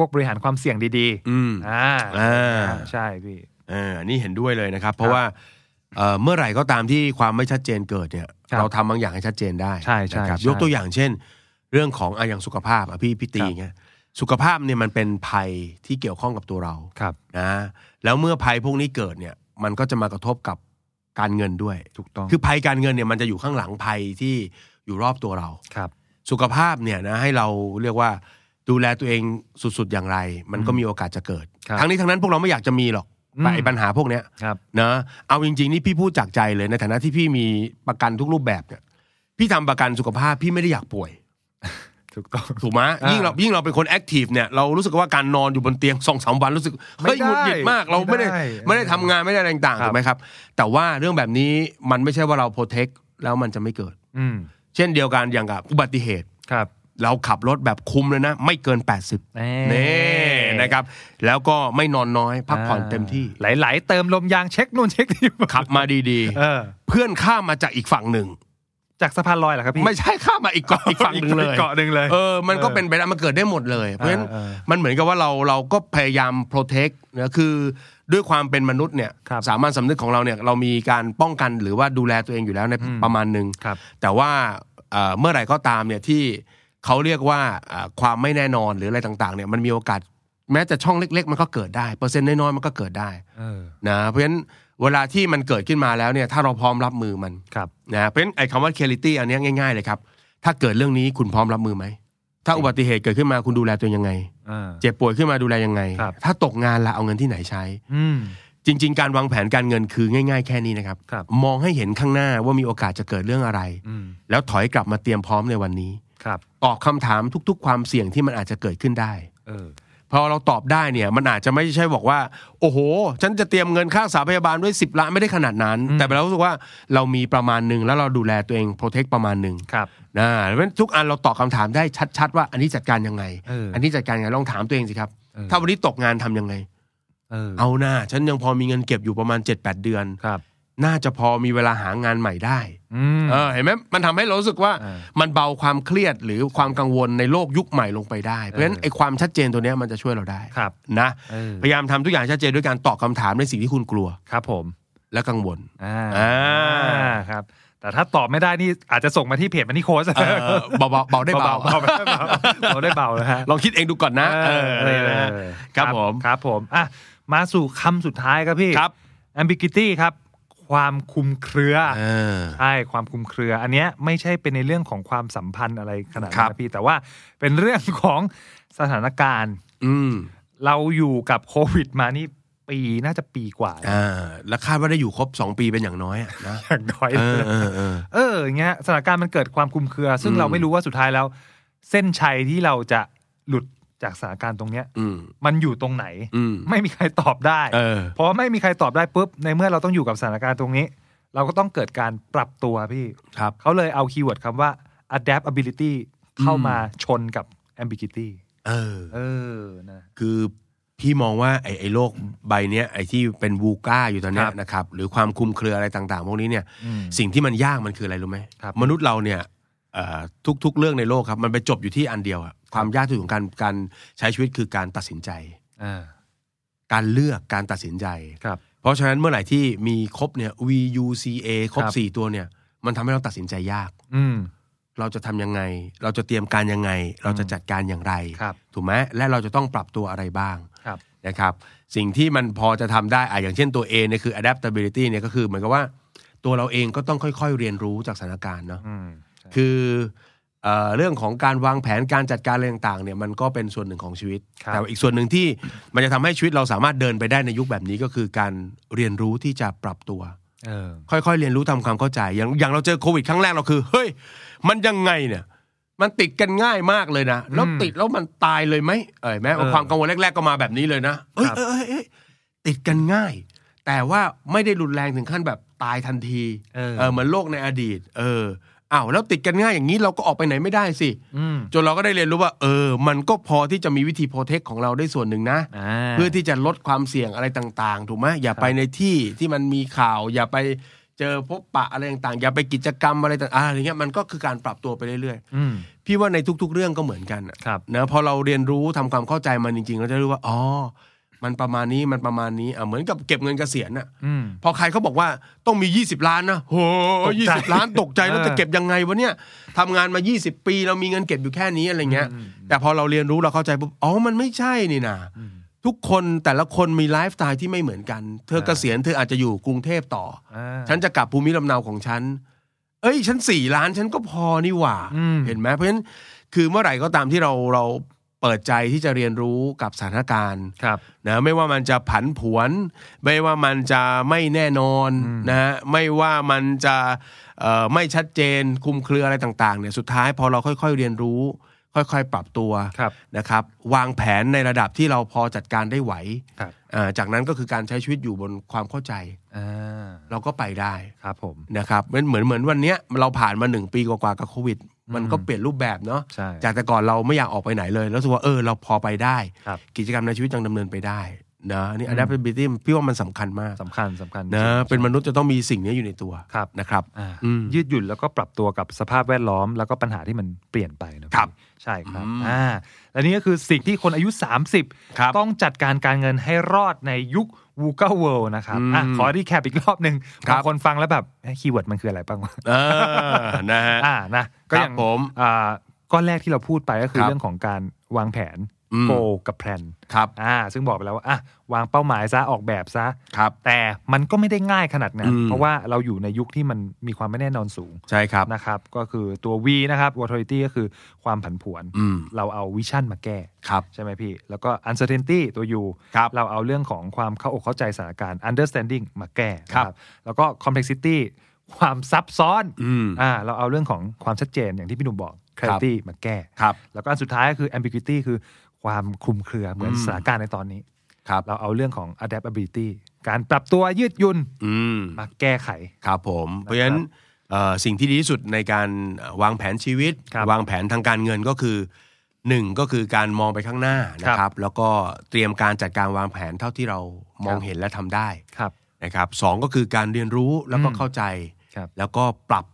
[SPEAKER 3] พวกบริหารความเสี่ยงดี
[SPEAKER 4] อืม
[SPEAKER 3] ๆอ่า
[SPEAKER 4] อ่า
[SPEAKER 3] ใช่พี่
[SPEAKER 4] เอออันนี้เห็นด้วยเลยนะครับ เพราะว่าเอ่อเมื่อไหร่ก็ตามที่ความไม่ชัดเจนเกิดเนี่ย
[SPEAKER 3] ครับ
[SPEAKER 4] เราทำบางอย่างให้ชัดเจนได้
[SPEAKER 3] ใช่ใช่
[SPEAKER 4] นะครับ
[SPEAKER 3] ใช่
[SPEAKER 4] ยกตัวอย่างเช่น เรื่องของอะอย่างสุขภาพอ่ะพี่พี่ตี
[SPEAKER 3] ครับ
[SPEAKER 4] เงี้ยสุขภาพเนี่ยมันเป็นภัยที่เกี่ยวข้องกับตัวเรา
[SPEAKER 3] ครับ
[SPEAKER 4] นะแล้วเมื่อภัยพวกนี้เกิดเนี่ย มันก็จะมากระทบกับการเงินด้วย
[SPEAKER 3] ถูกต้อง
[SPEAKER 4] คือภัยการเงินเนี่ยมันจะอยู่ข้างหลังภัยที่อยู่รอบตัวเรา
[SPEAKER 3] ครับ
[SPEAKER 4] สุขภาพเนี่ยนะให้เราเรียกว่าดูแลตัวเองสุดๆอย่างไร มันก็มีโอกาสจะเกิด
[SPEAKER 3] ครับ
[SPEAKER 4] ทั้งนี้ทั้งนั้นพวกเราไม่อยากจะมีหรอก
[SPEAKER 3] อืม
[SPEAKER 4] ไอ้ปัญหาพวกเนี้ย
[SPEAKER 3] ครับ
[SPEAKER 4] นะเอาจริงๆนี่พี่พูดจากใจเลยในฐานะที่พี่มีประกันทุกรูปแบบเนี่ยพี่ทำประกันสุขภาพพี่ไม่ได้อยากป่วย
[SPEAKER 3] ถูกต้อง
[SPEAKER 4] ถูกไหม
[SPEAKER 3] อ่ายิ่
[SPEAKER 4] ยิ่งเรายิ่งเราเป็นคนแอคทีฟเนี่ยเรารู้สึกว่าการนอนอยู่บนเตียงสองสามวันรู้สึก
[SPEAKER 3] ไม่
[SPEAKER 4] เฮ้ย
[SPEAKER 3] ได้
[SPEAKER 4] หงุดหงิดมากเราไม่ได้
[SPEAKER 3] ไม่ได้
[SPEAKER 4] ไม่ได้ทำงานไม่ได้อะไรต่าง
[SPEAKER 3] ค
[SPEAKER 4] ๆ
[SPEAKER 3] รับ
[SPEAKER 4] ถูกไหมครับ แต่ว่าเรื่องแบบนี้มันไม่ใช่ว่าเราโปรเทคแล้วมันจะไม่เกิด
[SPEAKER 3] อืม
[SPEAKER 4] เช่นเดียวกันอย่างกับอุบัติเหตุ
[SPEAKER 3] ครับ
[SPEAKER 4] เราขับรถแบบคุมเลยนะ ไม่เกิน 80
[SPEAKER 3] แน่
[SPEAKER 4] นี่นะครับ แล้วก็ไม่นอนน้อยพักผ่อนเต็มที่
[SPEAKER 3] ไหลายๆเติมลมยางเช็คนู่นเช็คนี่
[SPEAKER 4] ขับมาดี
[SPEAKER 3] เออ
[SPEAKER 4] ๆ เพื่อนข้ามมาจากอีกฝั่งหนึ่ง
[SPEAKER 3] จากสะพานลอยเหรอครับพี่
[SPEAKER 4] ไม่ใช่ข้ามมาอีกเกาะอีกฝั่งหนึ่งเลย
[SPEAKER 3] อีกเกาะหนึ่งเลย
[SPEAKER 4] เออมันก็
[SPEAKER 3] เออ
[SPEAKER 4] เป็นไปได้มันเกิดได้หมดเลยเพราะฉะนั้น
[SPEAKER 3] เออเออ
[SPEAKER 4] มันเหมือนกับว่าเราเราก็พยายามโปรเทคนะคือด้วยความเป็นมนุษย์เนี่ย
[SPEAKER 3] ครับ
[SPEAKER 4] สามัญสำนึกของเราเนี่ยเรามีการป้องกันหรือว่าดูแลตัวเองอยู่แล้วในประมาณหนึ่ง
[SPEAKER 3] ครับ
[SPEAKER 4] แต่ว่าเอ่อเมื่อไหร่ก็ตามเนี่ยที่เขาเรียกว่าเอ่อความไม่แน่นอนหรืออะไรต่างๆเนี่ยมันมีโอกาสแม้แต่ช่องเล็ก ๆ มันก็เกิดได้เปอร์เซ็นต์น้อยๆมันก็เกิดได้
[SPEAKER 3] เออ
[SPEAKER 4] นะเพราะฉะนั้นเวลาที่มันเกิดขึ้นมาแล้วเนี่ยถ้าเราพร้อมรับมือมัน
[SPEAKER 3] ครับ
[SPEAKER 4] นะเพราะฉะนั้นไอ้คำว่า clarity อันเนี้ยง่าย ๆ เลยครับ ถ้าเกิดเรื่องนี้คุณพร้อมรับมือไหม ถ้าอุบัติเหตุเกิดขึ้นมาคุณดูแลตัวเองยังไง
[SPEAKER 3] อ่า
[SPEAKER 4] เจ็บป่วยขึ้นมาดูแลยังไง
[SPEAKER 3] ครับ
[SPEAKER 4] ถ้าตกงานละเอาเงินที่ไหนใช้
[SPEAKER 3] อืม
[SPEAKER 4] จริง ๆ การวางแผนการเงินคือง่าย ๆ แค่นี้นะครับ
[SPEAKER 3] ครับ
[SPEAKER 4] มองให้เห็นข้างหน้าว่ามีโอกาสจะเกิดเรื่องอะไร
[SPEAKER 3] อืม
[SPEAKER 4] แล้วถอยกลับมาเตรียมพร้อมในวันนี้
[SPEAKER 3] ครับ
[SPEAKER 4] ตอบคำถามทุก ๆ ความเสี่ยงที่มันอาจจะเกิดขึ้นได้
[SPEAKER 3] เออ
[SPEAKER 4] พอเราตอบได้เนี่ยมันอาจจะไม่ใช่บอกว่า โอ้โห ฉันจะเตรียมเงินค่ารักษาพยาบาลด้วย 10ล้านไม่ได้ขนาดนั้น แต่เรารู้สึกว่าเรามีประมาณหนึ่งแล้วเราดูแลตัวเองโปรเทคประมาณหนึ่ง
[SPEAKER 3] ครับ
[SPEAKER 4] นะเพราะฉะนั้นทุกอันเราตอบคำถามได้ชัดๆ ว่าอันนี้จัดการยังไง
[SPEAKER 3] เอออั
[SPEAKER 4] นนี้จัดการยังไงลองถามตัวเองสิครับ
[SPEAKER 3] เออ
[SPEAKER 4] ถ้าวันนี้ตกงานทำยังไง
[SPEAKER 3] เออ
[SPEAKER 4] เอาหน้าฉันยังพอมีเงินเก็บอยู่ประมาณ 7-8 เดือน
[SPEAKER 3] ครับ
[SPEAKER 4] น่าจะพอมีเวลาหางานใหม่ได้
[SPEAKER 3] อืม
[SPEAKER 4] เออเห็นไหมมันทำให้เรารู้สึกว่า
[SPEAKER 3] เออ
[SPEAKER 4] มันเบาความเครียดหรือความกังวลในโลกยุคใหม่ลงไปได้ เพราะฉะนั้น
[SPEAKER 3] เออ
[SPEAKER 4] ไอ้ความชัดเจนตัวเนี้ยมันจะช่วยเราได้
[SPEAKER 3] ครับ
[SPEAKER 4] นะ
[SPEAKER 3] เออ
[SPEAKER 4] พยายามทำทุกอย่างชัดเจนด้วยการตอบคำถามในสิ่งที่คุณกลัว
[SPEAKER 3] ครับผม
[SPEAKER 4] และกังวล
[SPEAKER 3] อ่า
[SPEAKER 4] อ่า
[SPEAKER 3] ครับ แต่ถ้าตอบไม่ได้นี่อาจจะส่งมาที่เพจมันนี่โค้ช
[SPEAKER 4] เออเบาๆเบาได้เบา
[SPEAKER 3] เบาๆเบาๆเบาได้เบานะฮะ
[SPEAKER 4] [LAUGHS] ลองคิดเองดูก่อนนะเอออะไรนะ
[SPEAKER 3] เออ
[SPEAKER 4] ครับผม
[SPEAKER 3] ครับผมอ่ะมาสู่คำสุดท้ายครับพี่
[SPEAKER 4] ครับ
[SPEAKER 3] ambiguity ครับ ความคลุมเครือ
[SPEAKER 4] เออ
[SPEAKER 3] ใช่ความคลุมเครือ อันเนี้ยไม่ใช่เป็นในเรื่องของความสัมพันธ์อะไรขนาด
[SPEAKER 4] ครั
[SPEAKER 3] นั้น
[SPEAKER 4] บ
[SPEAKER 3] นะพี่ แต่ว่าเป็นเรื่องของสถานการณ์
[SPEAKER 4] อืม
[SPEAKER 3] เราอยู่กับโควิดมานี่ปีน่าจะปีกว่านะ [LAUGHS]
[SPEAKER 4] อ่าแล้วคาดว่าได้อยู่ครบ 2 ปีเป็นอย่างน้อยอะนะ
[SPEAKER 3] อย่างน้อย
[SPEAKER 4] เออเออเออ
[SPEAKER 3] เอออย่างเงี้ยสถานการณ์มันเกิดความคลุมเครือ ซึ่ง
[SPEAKER 4] อืม
[SPEAKER 3] เราไม่รู้ว่าสุดท้ายแล้ว เส้นชัยที่เราจะหลุดจากสถานการณ์ตรงเนี้ย
[SPEAKER 4] อืม
[SPEAKER 3] มันอยู่ตรงไหน
[SPEAKER 4] อืม
[SPEAKER 3] ไม่มีใครตอบได้
[SPEAKER 4] เออ
[SPEAKER 3] พอไม่มีใครตอบได้ปุ๊บ ในเมื่อเราต้องอยู่กับสถานการณ์ตรงนี้ เราก็ต้องเกิดการปรับตัวพี่
[SPEAKER 4] ครับ
[SPEAKER 3] เขาเลยเอาคีย์เวิร์ดคำว่า adaptability เข้ามาชนกับ ambiguity
[SPEAKER 4] เออ
[SPEAKER 3] เออนะ
[SPEAKER 4] คือพี่มองว่าไอ้ไอ้โรคใบเนี้ยไอ้ที่เป็นวูก้าอยู่ตอนเนี้ย
[SPEAKER 3] ครับ
[SPEAKER 4] นะครับ หรือความคลุมเครืออะไรต่างๆ พวกนี้เนี่ย
[SPEAKER 3] อืม
[SPEAKER 4] สิ่งที่มันยากมันคืออะไรรู้ไหม
[SPEAKER 3] ครับ
[SPEAKER 4] มนุษย์เราเนี่ยเอ่อทุกๆเรื่องในโลกครับ มันไปจบอยู่ที่อันเดียวอะความยากที่สุดของการการใช้ชีวิตคือการตัดสินใจ
[SPEAKER 3] ่า
[SPEAKER 4] การเลือกการตัดสินใจ
[SPEAKER 3] ครับ
[SPEAKER 4] เพราะฉะนั้นเมื่อไหร่ที่มีครบเนี่ย VUCA ครบ
[SPEAKER 3] ครับ
[SPEAKER 4] สี่ตัวเนี่ย มันทำให้เราตัดสินใจยาก
[SPEAKER 3] อืม
[SPEAKER 4] เราจะทำยังไง เราจะเตรียมการยังไง เราจะจัดการอย่างไร
[SPEAKER 3] ครับ
[SPEAKER 4] ถูกไหม และเราจะต้องปรับตัวอะไรบ้าง
[SPEAKER 3] ครับ
[SPEAKER 4] นะครับ สิ่งที่มันพอจะทำได้อ่ะอย่างเช่นตัว A เนี่ยคือ adaptability เนี่ยก็คือเหมือนกับว่า ตัวเราเองก็ต้องค่อยๆ เรียนรู้จากสถานการณ์เนาะ
[SPEAKER 3] อืม
[SPEAKER 4] คือเอ่อเรื่องของการวางแผนการจัดการอะไรต่างๆเนี่ยมันก็เป็นส่วนหนึ่งของชีวิต
[SPEAKER 3] ครับ
[SPEAKER 4] แต่ว่าอีกส่วนหนึ่งที่มันจะทำให้ชีวิตเราสามารถเดินไปได้ในยุคแบบนี้ก็คือการเรียนรู้ที่จะปรับตัว
[SPEAKER 3] เออ
[SPEAKER 4] ค่อยๆ เรียนรู้ทำความเข้าใจ อย่างอย่างเราเจอโควิดครั้งแรกเราคือ เฮ้ย มันยังไงเนี่ย มันติดกันง่ายมากเลยนะแล้ว
[SPEAKER 3] อืม
[SPEAKER 4] ติดแล้วมันตายเลยไหมเอ่ยแม้ว่า
[SPEAKER 3] เออ
[SPEAKER 4] ความกังวลแรก ๆ ก็มาแบบนี้เลยนะเอ้ย
[SPEAKER 3] ครับ
[SPEAKER 4] เอ้ยเอ้ยเอ้ยติดกันง่าย แต่ว่าไม่ได้รุนแรงถึงขั้นแบบตายทันที
[SPEAKER 3] เออ
[SPEAKER 4] เหมือนโลกในอดีต เอออ้าวแล้วติดกันง่ายอย่างนี้เราก็ออกไปไหนไม่ได้สิ
[SPEAKER 3] อืม
[SPEAKER 4] จนเราก็ได้เรียนรู้ว่า เออ มันก็พอที่จะมีวิธีโปรเทคของเราได้ส่วนหนึ่งนะ
[SPEAKER 3] อ่า
[SPEAKER 4] เพื่อที่จะลดความเสี่ยงอะไรต่างๆ ถูกไหมอย่า
[SPEAKER 3] ครับ
[SPEAKER 4] ไปในที่ที่มันมีข่าว อย่าไปเจอพบปะอะไรต่างๆ อย่าไปกิจกรรมอะไรต่างๆอะไรเงี้ยมันก็คือการปรับตัวไปเรื่อย
[SPEAKER 3] อืม
[SPEAKER 4] ๆ พี่ว่าในทุก ๆ เรื่องก็เหมือนกันอะ
[SPEAKER 3] ครับ
[SPEAKER 4] นะพอเราเรียนรู้ทำความเข้าใจมันจริงๆเราจะรู้ว่าอ๋อมันประมาณนี้มันประมาณนี้อ่ะเหมือนกับเก็บเงินเกษียณน่ะ
[SPEAKER 3] อืม
[SPEAKER 4] พอใครเขาบอกว่าต้องมี 20 ล้านนะโห
[SPEAKER 3] ตก
[SPEAKER 4] ยี่
[SPEAKER 3] ใจ
[SPEAKER 4] สิบล้านตกใจแล้ว
[SPEAKER 3] เออ
[SPEAKER 4] จะเก็บยังไงวะเนี่ยทำงานมา 20 ปีเรามีเงินเก็บอยู่แค่นี้อะไรเงี้ย
[SPEAKER 3] อืม
[SPEAKER 4] แต่พอเราเรียนรู้เราเข้าใจปุ๊บอ๋อมันไม่ใช่นี่นะ
[SPEAKER 3] อืม
[SPEAKER 4] ทุกคนแต่ละคนมีไลฟ์สไตล์ที่ไม่เหมือนกัน เธอ
[SPEAKER 3] อ่า
[SPEAKER 4] เกษียณเธออาจจะอยู่กรุงเทพต่อ
[SPEAKER 3] อ่า
[SPEAKER 4] อฉันจะกลับภูมิลำเนาของฉัน เอ้ย ฉันสี่ล้านฉันก็พอนี่หว่า
[SPEAKER 3] อืม
[SPEAKER 4] เห็นไหมเพราะฉะนั้นคือเมื่อไหร่ก็ตามที่เราเราเปิดใจที่จะเรียนรู้กับสถานการณ์
[SPEAKER 3] ครับ
[SPEAKER 4] นะไม่ว่ามันจะผันผวน ไม่ว่ามันจะไม่แน่นอน
[SPEAKER 3] อืม
[SPEAKER 4] นะฮะไม่ว่ามันจะเอ่อไม่ชัดเจนคลุมเครืออะไรต่างๆเนี่ยสุดท้ายพอเราค่อย ๆ เรียนรู้ ค่อย ๆ ปรับตัว
[SPEAKER 3] ครับ
[SPEAKER 4] นะครับวางแผนในระดับที่เราพอจัดการได้ไหว
[SPEAKER 3] ครับ
[SPEAKER 4] อ่าจากนั้นก็คือการใช้ชีวิตอยู่บนความเข้าใจ
[SPEAKER 3] อ่า
[SPEAKER 4] เราก็ไปได้
[SPEAKER 3] ครับผม
[SPEAKER 4] นะครับเหมือนเหมือนเหมือนวันเนี้ยเราผ่านมาหนึ่งปีกว่าๆกับโควิด มันก็เปลี่ยนรูปแบบเนาะ
[SPEAKER 3] ใช่
[SPEAKER 4] จากแต่ก่อนเราไม่อยากออกไปไหนเลยแล้วรู้สึกว่าเออเราพอไปได้
[SPEAKER 3] ครับ
[SPEAKER 4] กิจกรรมในชีวิตยังดำเนินไปได้นะอันนี่ adaptability พี่ว่ามันสำคัญมาก
[SPEAKER 3] สำคัญสำคัญจ
[SPEAKER 4] นะ
[SPEAKER 3] ริง
[SPEAKER 4] เป็นมนุษย์จะต้องมีสิ่งนี้อยู่ในตัว
[SPEAKER 3] ครับ
[SPEAKER 4] นะครับ
[SPEAKER 3] อ่า
[SPEAKER 4] อืม
[SPEAKER 3] ยืดหยุ่นแล้วก็ปรับตัวกับสภาพแวดล้อม แล้วก็ปัญหาที่มันเปลี่ยนไปนะครับ ใช่ครับ
[SPEAKER 4] อืม
[SPEAKER 3] อ่าและนี่ก็คือสิ่งที่คนอายุ
[SPEAKER 4] ครับ
[SPEAKER 3] 30 ต้องจัดการการเงินให้รอดในยุควูเก w เวิลด์นะครับอ่ะ
[SPEAKER 4] อืม
[SPEAKER 3] ขอรีแคปอีกรอบหนึ่ง
[SPEAKER 4] ครับ
[SPEAKER 3] า
[SPEAKER 4] บ
[SPEAKER 3] งคนฟังแล้วแบบคีย์เวิร์ดมันคืออะไรบ้างวะ
[SPEAKER 4] เออนะฮะ
[SPEAKER 3] อ่านะก็อย่าง
[SPEAKER 4] ครับผม
[SPEAKER 3] อ่าก้อนแรกที่เราพูดไปก็คือ
[SPEAKER 4] ครับ
[SPEAKER 3] เรื่องของการวางแผน
[SPEAKER 4] อืม
[SPEAKER 3] โกกับแพลน
[SPEAKER 4] ครับ
[SPEAKER 3] อ่าซึ่งบอกไปแล้วว่าอ่ะวางเป้าหมายซะออกแบบซะ
[SPEAKER 4] ครับ
[SPEAKER 3] แต่มันก็ไม่ได้ง่ายขนาดนั้น
[SPEAKER 4] อืม
[SPEAKER 3] เพราะว่าเราอยู่ในยุคที่มันมีความไม่แน่นอนสูง
[SPEAKER 4] ใช่ครับ
[SPEAKER 3] นะครับก็คือตัว V นะครับ volatility ก็คือความผันผวน
[SPEAKER 4] อืม
[SPEAKER 3] เราเอาวิชั่นมาแก้
[SPEAKER 4] ครับ
[SPEAKER 3] ใช่ไหมพี่ แล้วก็ uncertainty ตัว U
[SPEAKER 4] ครับ
[SPEAKER 3] เราเอาเรื่องของความเข้าอกเข้าใจสถานการณ์ understanding มาแก้นะครับ แล้วก็ complexity ความซับซ้อน
[SPEAKER 4] อืม
[SPEAKER 3] อ่าเราเอาเรื่องของความชัดเจนอย่างที่พี่หนุ่มบอก
[SPEAKER 4] ครับ
[SPEAKER 3] clarity มาแก้
[SPEAKER 4] ครับ
[SPEAKER 3] แล้วก็อันสุดท้ายก็คือ ambiguity คือ ความคลุมเครือเหมือน
[SPEAKER 4] อืม
[SPEAKER 3] สถานการณ์ในตอนนี้
[SPEAKER 4] ครับ
[SPEAKER 3] เราเอาเรื่องของ adaptability การปรับตัวยืดหยุ่น
[SPEAKER 4] อืม
[SPEAKER 3] มาแก้ไข
[SPEAKER 4] ครับผม เพราะฉะนั้นเอ่อสิ่งที่ดีที่สุดในการเอ่อวางแผนชีวิต
[SPEAKER 3] ครับ
[SPEAKER 4] วางแผนทางการเงินก็คือหนึ่งก็คือการมองไปข้างหน้านะค
[SPEAKER 3] ครั
[SPEAKER 4] รับ
[SPEAKER 3] บ
[SPEAKER 4] แล้วก็เตรียมการจัดการวางแผนเท่าที่เรามอง
[SPEAKER 3] ครับ
[SPEAKER 4] เห็นและทำได้
[SPEAKER 3] ครับ
[SPEAKER 4] นะครับสองก็คือการเรียนรู้แล้วก็
[SPEAKER 3] อืม
[SPEAKER 4] เข้าใจ
[SPEAKER 3] ครับ
[SPEAKER 4] แล้วก็ปรับ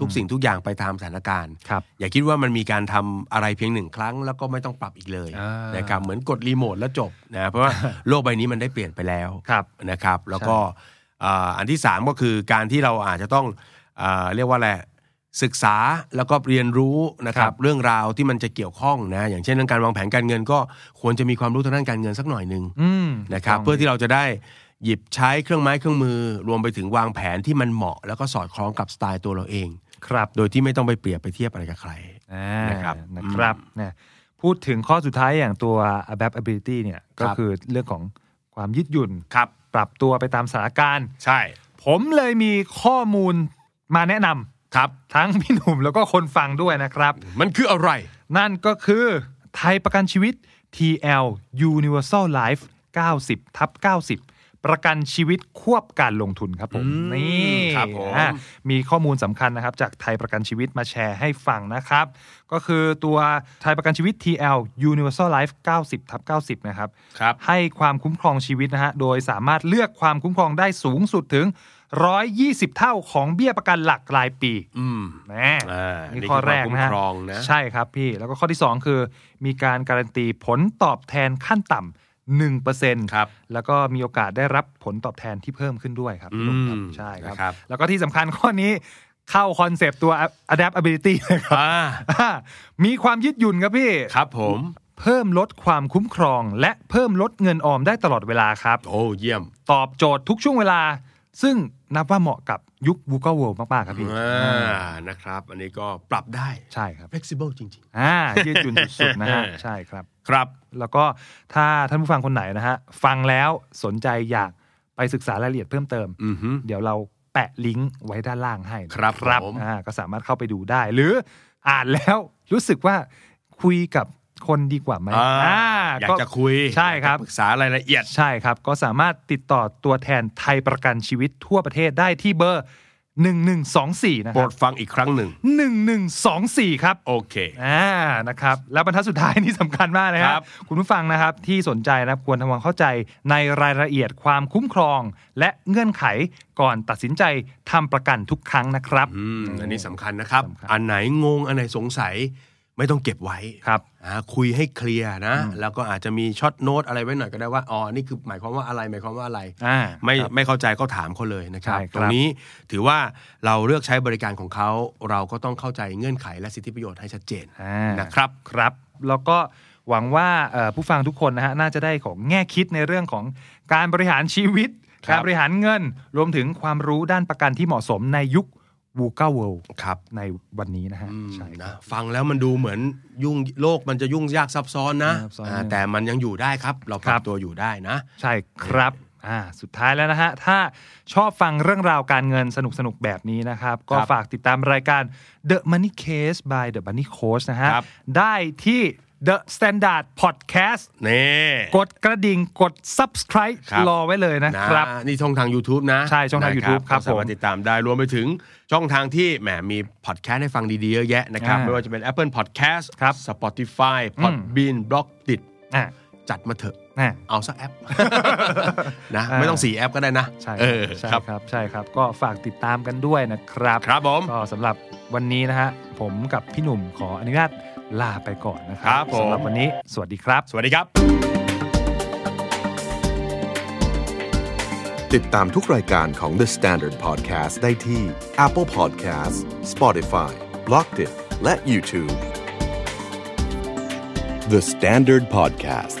[SPEAKER 4] ทุกสิ่งทุกอย่างไปตามสถานการณ์
[SPEAKER 3] ครับ
[SPEAKER 4] อย่าคิดว่ามันมีการทำอะไรเพียงหนึ่งครั้ง แล้วก็ไม่ต้องปรับอีกเลย
[SPEAKER 3] อ่าน
[SPEAKER 4] นะครับเหมือนกดรีโมทแล้วจบนะเพราะว่า โลกใบนี้มันได้เปลี่ยนไปแล้ว
[SPEAKER 3] ครับ
[SPEAKER 4] นะครับ แล้วก็เอ่ออันที่สามก็คือการที่เราอาจจะต้องเอ่อเรียกว่าอะไรศึกษาแล้วก็เรียนรู้นะครั
[SPEAKER 3] ครับ บ
[SPEAKER 4] เรื่องราวที่มันจะเกี่ยวข้องนะอย่างเช่นเรื่องการวางแผนการเงิน ก็ควรจะมีความรู้ทางด้านการเงินสักหน่อยหนึ่ง
[SPEAKER 3] อืม
[SPEAKER 4] นะครับ
[SPEAKER 3] ต้อง
[SPEAKER 4] เพื่อที่เราจะได้หยิบใช้เครื่องไม้เครื่องมือ รวมไปถึงวางแผนที่มันเหมาะ แล้วก็สอดคล้องกับสไตล์ตัวเราเอง
[SPEAKER 3] ครับ
[SPEAKER 4] โดยที่ไม่ต้องไปเปรียบไปเทียบอะไรกับใคร
[SPEAKER 3] อ่า
[SPEAKER 4] นะครับ
[SPEAKER 3] นะครับนะพูดถึงข้อสุดท้ายอย่างตัว adaptability เนี่ยก็
[SPEAKER 4] ครับ
[SPEAKER 3] คือเรื่องของความยืดหยุ่น
[SPEAKER 4] ครับ
[SPEAKER 3] ปรับตัวไปตามสถานการณ์
[SPEAKER 4] ใช่
[SPEAKER 3] ผมเลยมีข้อมูลมาแนะน
[SPEAKER 4] ครับ
[SPEAKER 3] ำทั้งพี่หนุ่มแล้วก็คนฟังด้วยนะครับ
[SPEAKER 4] มันคืออะไร
[SPEAKER 3] นั่นก็คือไทยประกันชีวิต TL Universal Life 90ทับ90 ประกันชีวิตควบการลงทุนครับผม นี่
[SPEAKER 4] ครับผม
[SPEAKER 3] อ่ะมีข้อมูลสำคัญนะครับ จากไทยประกันชีวิตมาแชร์ให้ฟังนะครับ ก็คือตัวไทยประกันชีวิต TL Universal Life 90ทับ90 นะครับ
[SPEAKER 4] ครับ
[SPEAKER 3] ให้ความคุ้มครองชีวิตนะฮะ โดยสามารถเลือกความคุ้มครองได้สูงสุดถึง 120 เท่าของเบี้ยประกันหลักรายปี
[SPEAKER 4] อืม
[SPEAKER 3] แน่
[SPEAKER 4] อ่านี่
[SPEAKER 3] นี่
[SPEAKER 4] คือ
[SPEAKER 3] ข้อแรก
[SPEAKER 4] ความคุ้ม
[SPEAKER 3] นะฮะ
[SPEAKER 4] ครองนะ
[SPEAKER 3] ใช่ครับพี่ แล้วก็ข้อที่ 2 คือ มีการการันตีผลตอบแทนขั้นต่ำ1%
[SPEAKER 4] ครับ
[SPEAKER 3] แล้วก็มีโอกาสได้รับผลตอบแทนที่เพิ่มขึ้นด้วยครับพี่หนุ่มครับ
[SPEAKER 4] อืม
[SPEAKER 3] ใช่ค
[SPEAKER 4] นะครั
[SPEAKER 3] รับ บ แล้วก็ที่สำคัญข้อนี้เข้าคอนเซปต์ตัว adaptability เลยครับ [LAUGHS]
[SPEAKER 4] อ่า
[SPEAKER 3] อ่ามีความยืดหยุ่นครับพี่
[SPEAKER 4] ครับผม
[SPEAKER 3] เพิ่มลดความคุ้มครอง และเพิ่มลดเงินออมได้ตลอดเวลาครับ
[SPEAKER 4] โอ้เยี่ยม
[SPEAKER 3] ตอบโจทย์ทุกช่วงเวลา ซึ่งนับว่าเหมาะกับยุควูเกิลเวิลด์มากๆครับพี่
[SPEAKER 4] อ่า นะครับ อันนี้ก็ปรับได้
[SPEAKER 3] ใช่ครับ
[SPEAKER 4] flexible จริง
[SPEAKER 3] อ่ายืดหยุ่นสุดๆนะฮะ ใช่ครับ
[SPEAKER 4] ๆ ครับ
[SPEAKER 3] แล้วก็ถ้าท่านผู้ฟังคนไหนนะฮะ ฟังแล้วสนใจอยากไปศึกษารายละเอียดเพิ่มเติม
[SPEAKER 4] อือฮึ
[SPEAKER 3] เดี๋ยวเราแปะลิงก์ไว้ด้านล่างให้นะครับ ครับ
[SPEAKER 4] ผม
[SPEAKER 3] อ่าก็สามารถเข้าไปดูได้ หรืออ่านแล้ว รู้สึกว่าคุยกับคนดีกว่าไหม
[SPEAKER 4] อ่า
[SPEAKER 3] อ่า
[SPEAKER 4] อยากจะคุย
[SPEAKER 3] ใช่ครับ
[SPEAKER 4] อยากจะปรึกษารายละเอียด
[SPEAKER 3] ใช่ครับ ก็สามารถติดต่อตัวแทนไทยประกันชีวิตทั่วประเทศได้ที่เบอร์ 1124 นะ
[SPEAKER 4] โป
[SPEAKER 3] ค
[SPEAKER 4] ร
[SPEAKER 3] รับ
[SPEAKER 4] ดฟังอีกครั้งหนึ่ง
[SPEAKER 3] 1124 ครับ
[SPEAKER 4] โอเค
[SPEAKER 3] อ่านะครับ แล้วบรรทัดสุดท้ายนี่สำคัญมากนะค
[SPEAKER 4] ครั
[SPEAKER 3] รับ
[SPEAKER 4] บ
[SPEAKER 3] คุณผู้ฟังนะครับที่สนใจนะครับควรทำความเข้าใจในรายละเอียดความคุ้มครอง และเงื่อนไขก่อนตัดสินใจทำประกันทุกครั้งนะครับ
[SPEAKER 4] อืม อันนี้สำคัญนะครับ
[SPEAKER 3] สำคัญ
[SPEAKER 4] อันไหนงง อันไหนสงสัย ไม่ต้องเก็บไว้
[SPEAKER 3] ครับ
[SPEAKER 4] อ่าคุยให้เคลียร์นะ แล้วก็อาจจะมีช็อตโน้ตอะไรไว้หน่อยก็ได้ว่า อ๋อ นี่คือหมายความว่าอะไร หมายความว่าอะไร
[SPEAKER 3] อ่า
[SPEAKER 4] ไม่
[SPEAKER 3] ครับ
[SPEAKER 4] ไม่เข้าใจก็ถามเขาเลยนะครับ
[SPEAKER 3] ใช่ครับ
[SPEAKER 4] ตรงนี้ถือว่าเราเลือกใช้บริการของเขา เราก็ต้องเข้าใจเงื่อนไขและสิทธิประโยชน์ให้ชัดเจน
[SPEAKER 3] อ่า
[SPEAKER 4] นะครับ
[SPEAKER 3] ครับ แล้วก็หวังว่าเอ่อผู้ฟังทุกคนนะฮะน่าจะได้ของแง่คิดในเรื่องของการบริหารชีวิต
[SPEAKER 4] ครับ
[SPEAKER 3] การบริหารเงิน รวมถึงความรู้ด้านประกันที่เหมาะสมในยุควูเก้าเวิลด์
[SPEAKER 4] ครับ
[SPEAKER 3] ในวันนี้นะฮะ
[SPEAKER 4] อืม
[SPEAKER 3] ใช่ครับ
[SPEAKER 4] นะฟังแล้วมันดูเหมือนยุ่งโลกมันจะยุ่งยากซับซ้อนนะ
[SPEAKER 3] ซับซ้อน
[SPEAKER 4] อ่าแต่มันยังอยู่ได้ครับ เราป
[SPEAKER 3] ค
[SPEAKER 4] รั
[SPEAKER 3] รั
[SPEAKER 4] บบ ตัวอยู่ได้นะ
[SPEAKER 3] ใช่ครับอ่าสุดท้ายแล้วนะฮะ ถ้าชอบฟังเรื่องราวการเงินสนุกสนุกๆแบบนี้นะครับ ก็
[SPEAKER 4] ครับ
[SPEAKER 3] ฝากติดตามรายการ The Money Case by The Money Coach นะฮะ
[SPEAKER 4] ครับ
[SPEAKER 3] ได้ที่ The Standard Podcast
[SPEAKER 4] นี่
[SPEAKER 3] กดกระดิ่งกด subscribe
[SPEAKER 4] ครับ
[SPEAKER 3] รอไว้เลยนะครับ
[SPEAKER 4] นะนี่ช่องทาง YouTube นะ
[SPEAKER 3] ใช่ช่องทาง
[SPEAKER 4] นะ
[SPEAKER 3] YouTube ครับ
[SPEAKER 4] ก็สามารถ
[SPEAKER 3] ผม
[SPEAKER 4] ติดตามได้รวมไปถึงช่องทางที่แหมมีพอดแคสต์ให้ฟังดีๆเยอะแยะนะครับ
[SPEAKER 3] อ่า
[SPEAKER 4] ไม่ว่าจะเป็น Apple Podcast
[SPEAKER 3] ครับ
[SPEAKER 4] Spotify Podbean b l o g d i t
[SPEAKER 3] อ่ะ
[SPEAKER 4] จัดมาเถอะ
[SPEAKER 3] อ่ะ
[SPEAKER 4] เอาสักแอป [LAUGHS] นะ
[SPEAKER 3] อ่า
[SPEAKER 4] ไม่ต้องสี่แอปก็ได้นะ
[SPEAKER 3] ใช่
[SPEAKER 4] เออ
[SPEAKER 3] ใช่
[SPEAKER 4] ครับ
[SPEAKER 3] ครับใช่ครับ ก็ฝากติดตามกันด้วยนะครับ
[SPEAKER 4] ครับผม
[SPEAKER 3] ก็สำหรับวันนี้นะฮะ ผมกับพี่หนุ่มขออนุญาตลาไปก่อนนะค
[SPEAKER 4] ครั
[SPEAKER 3] รับ
[SPEAKER 4] ผม
[SPEAKER 3] สำหรับวันนี้สวัสดีครับ
[SPEAKER 4] สวัสดีครับ
[SPEAKER 2] ติดตามทุกรายการของ The Standard Podcast ได้ที่ Apple Podcast Spotify b l o g d i t และ YouTube
[SPEAKER 1] The Standard Podcast.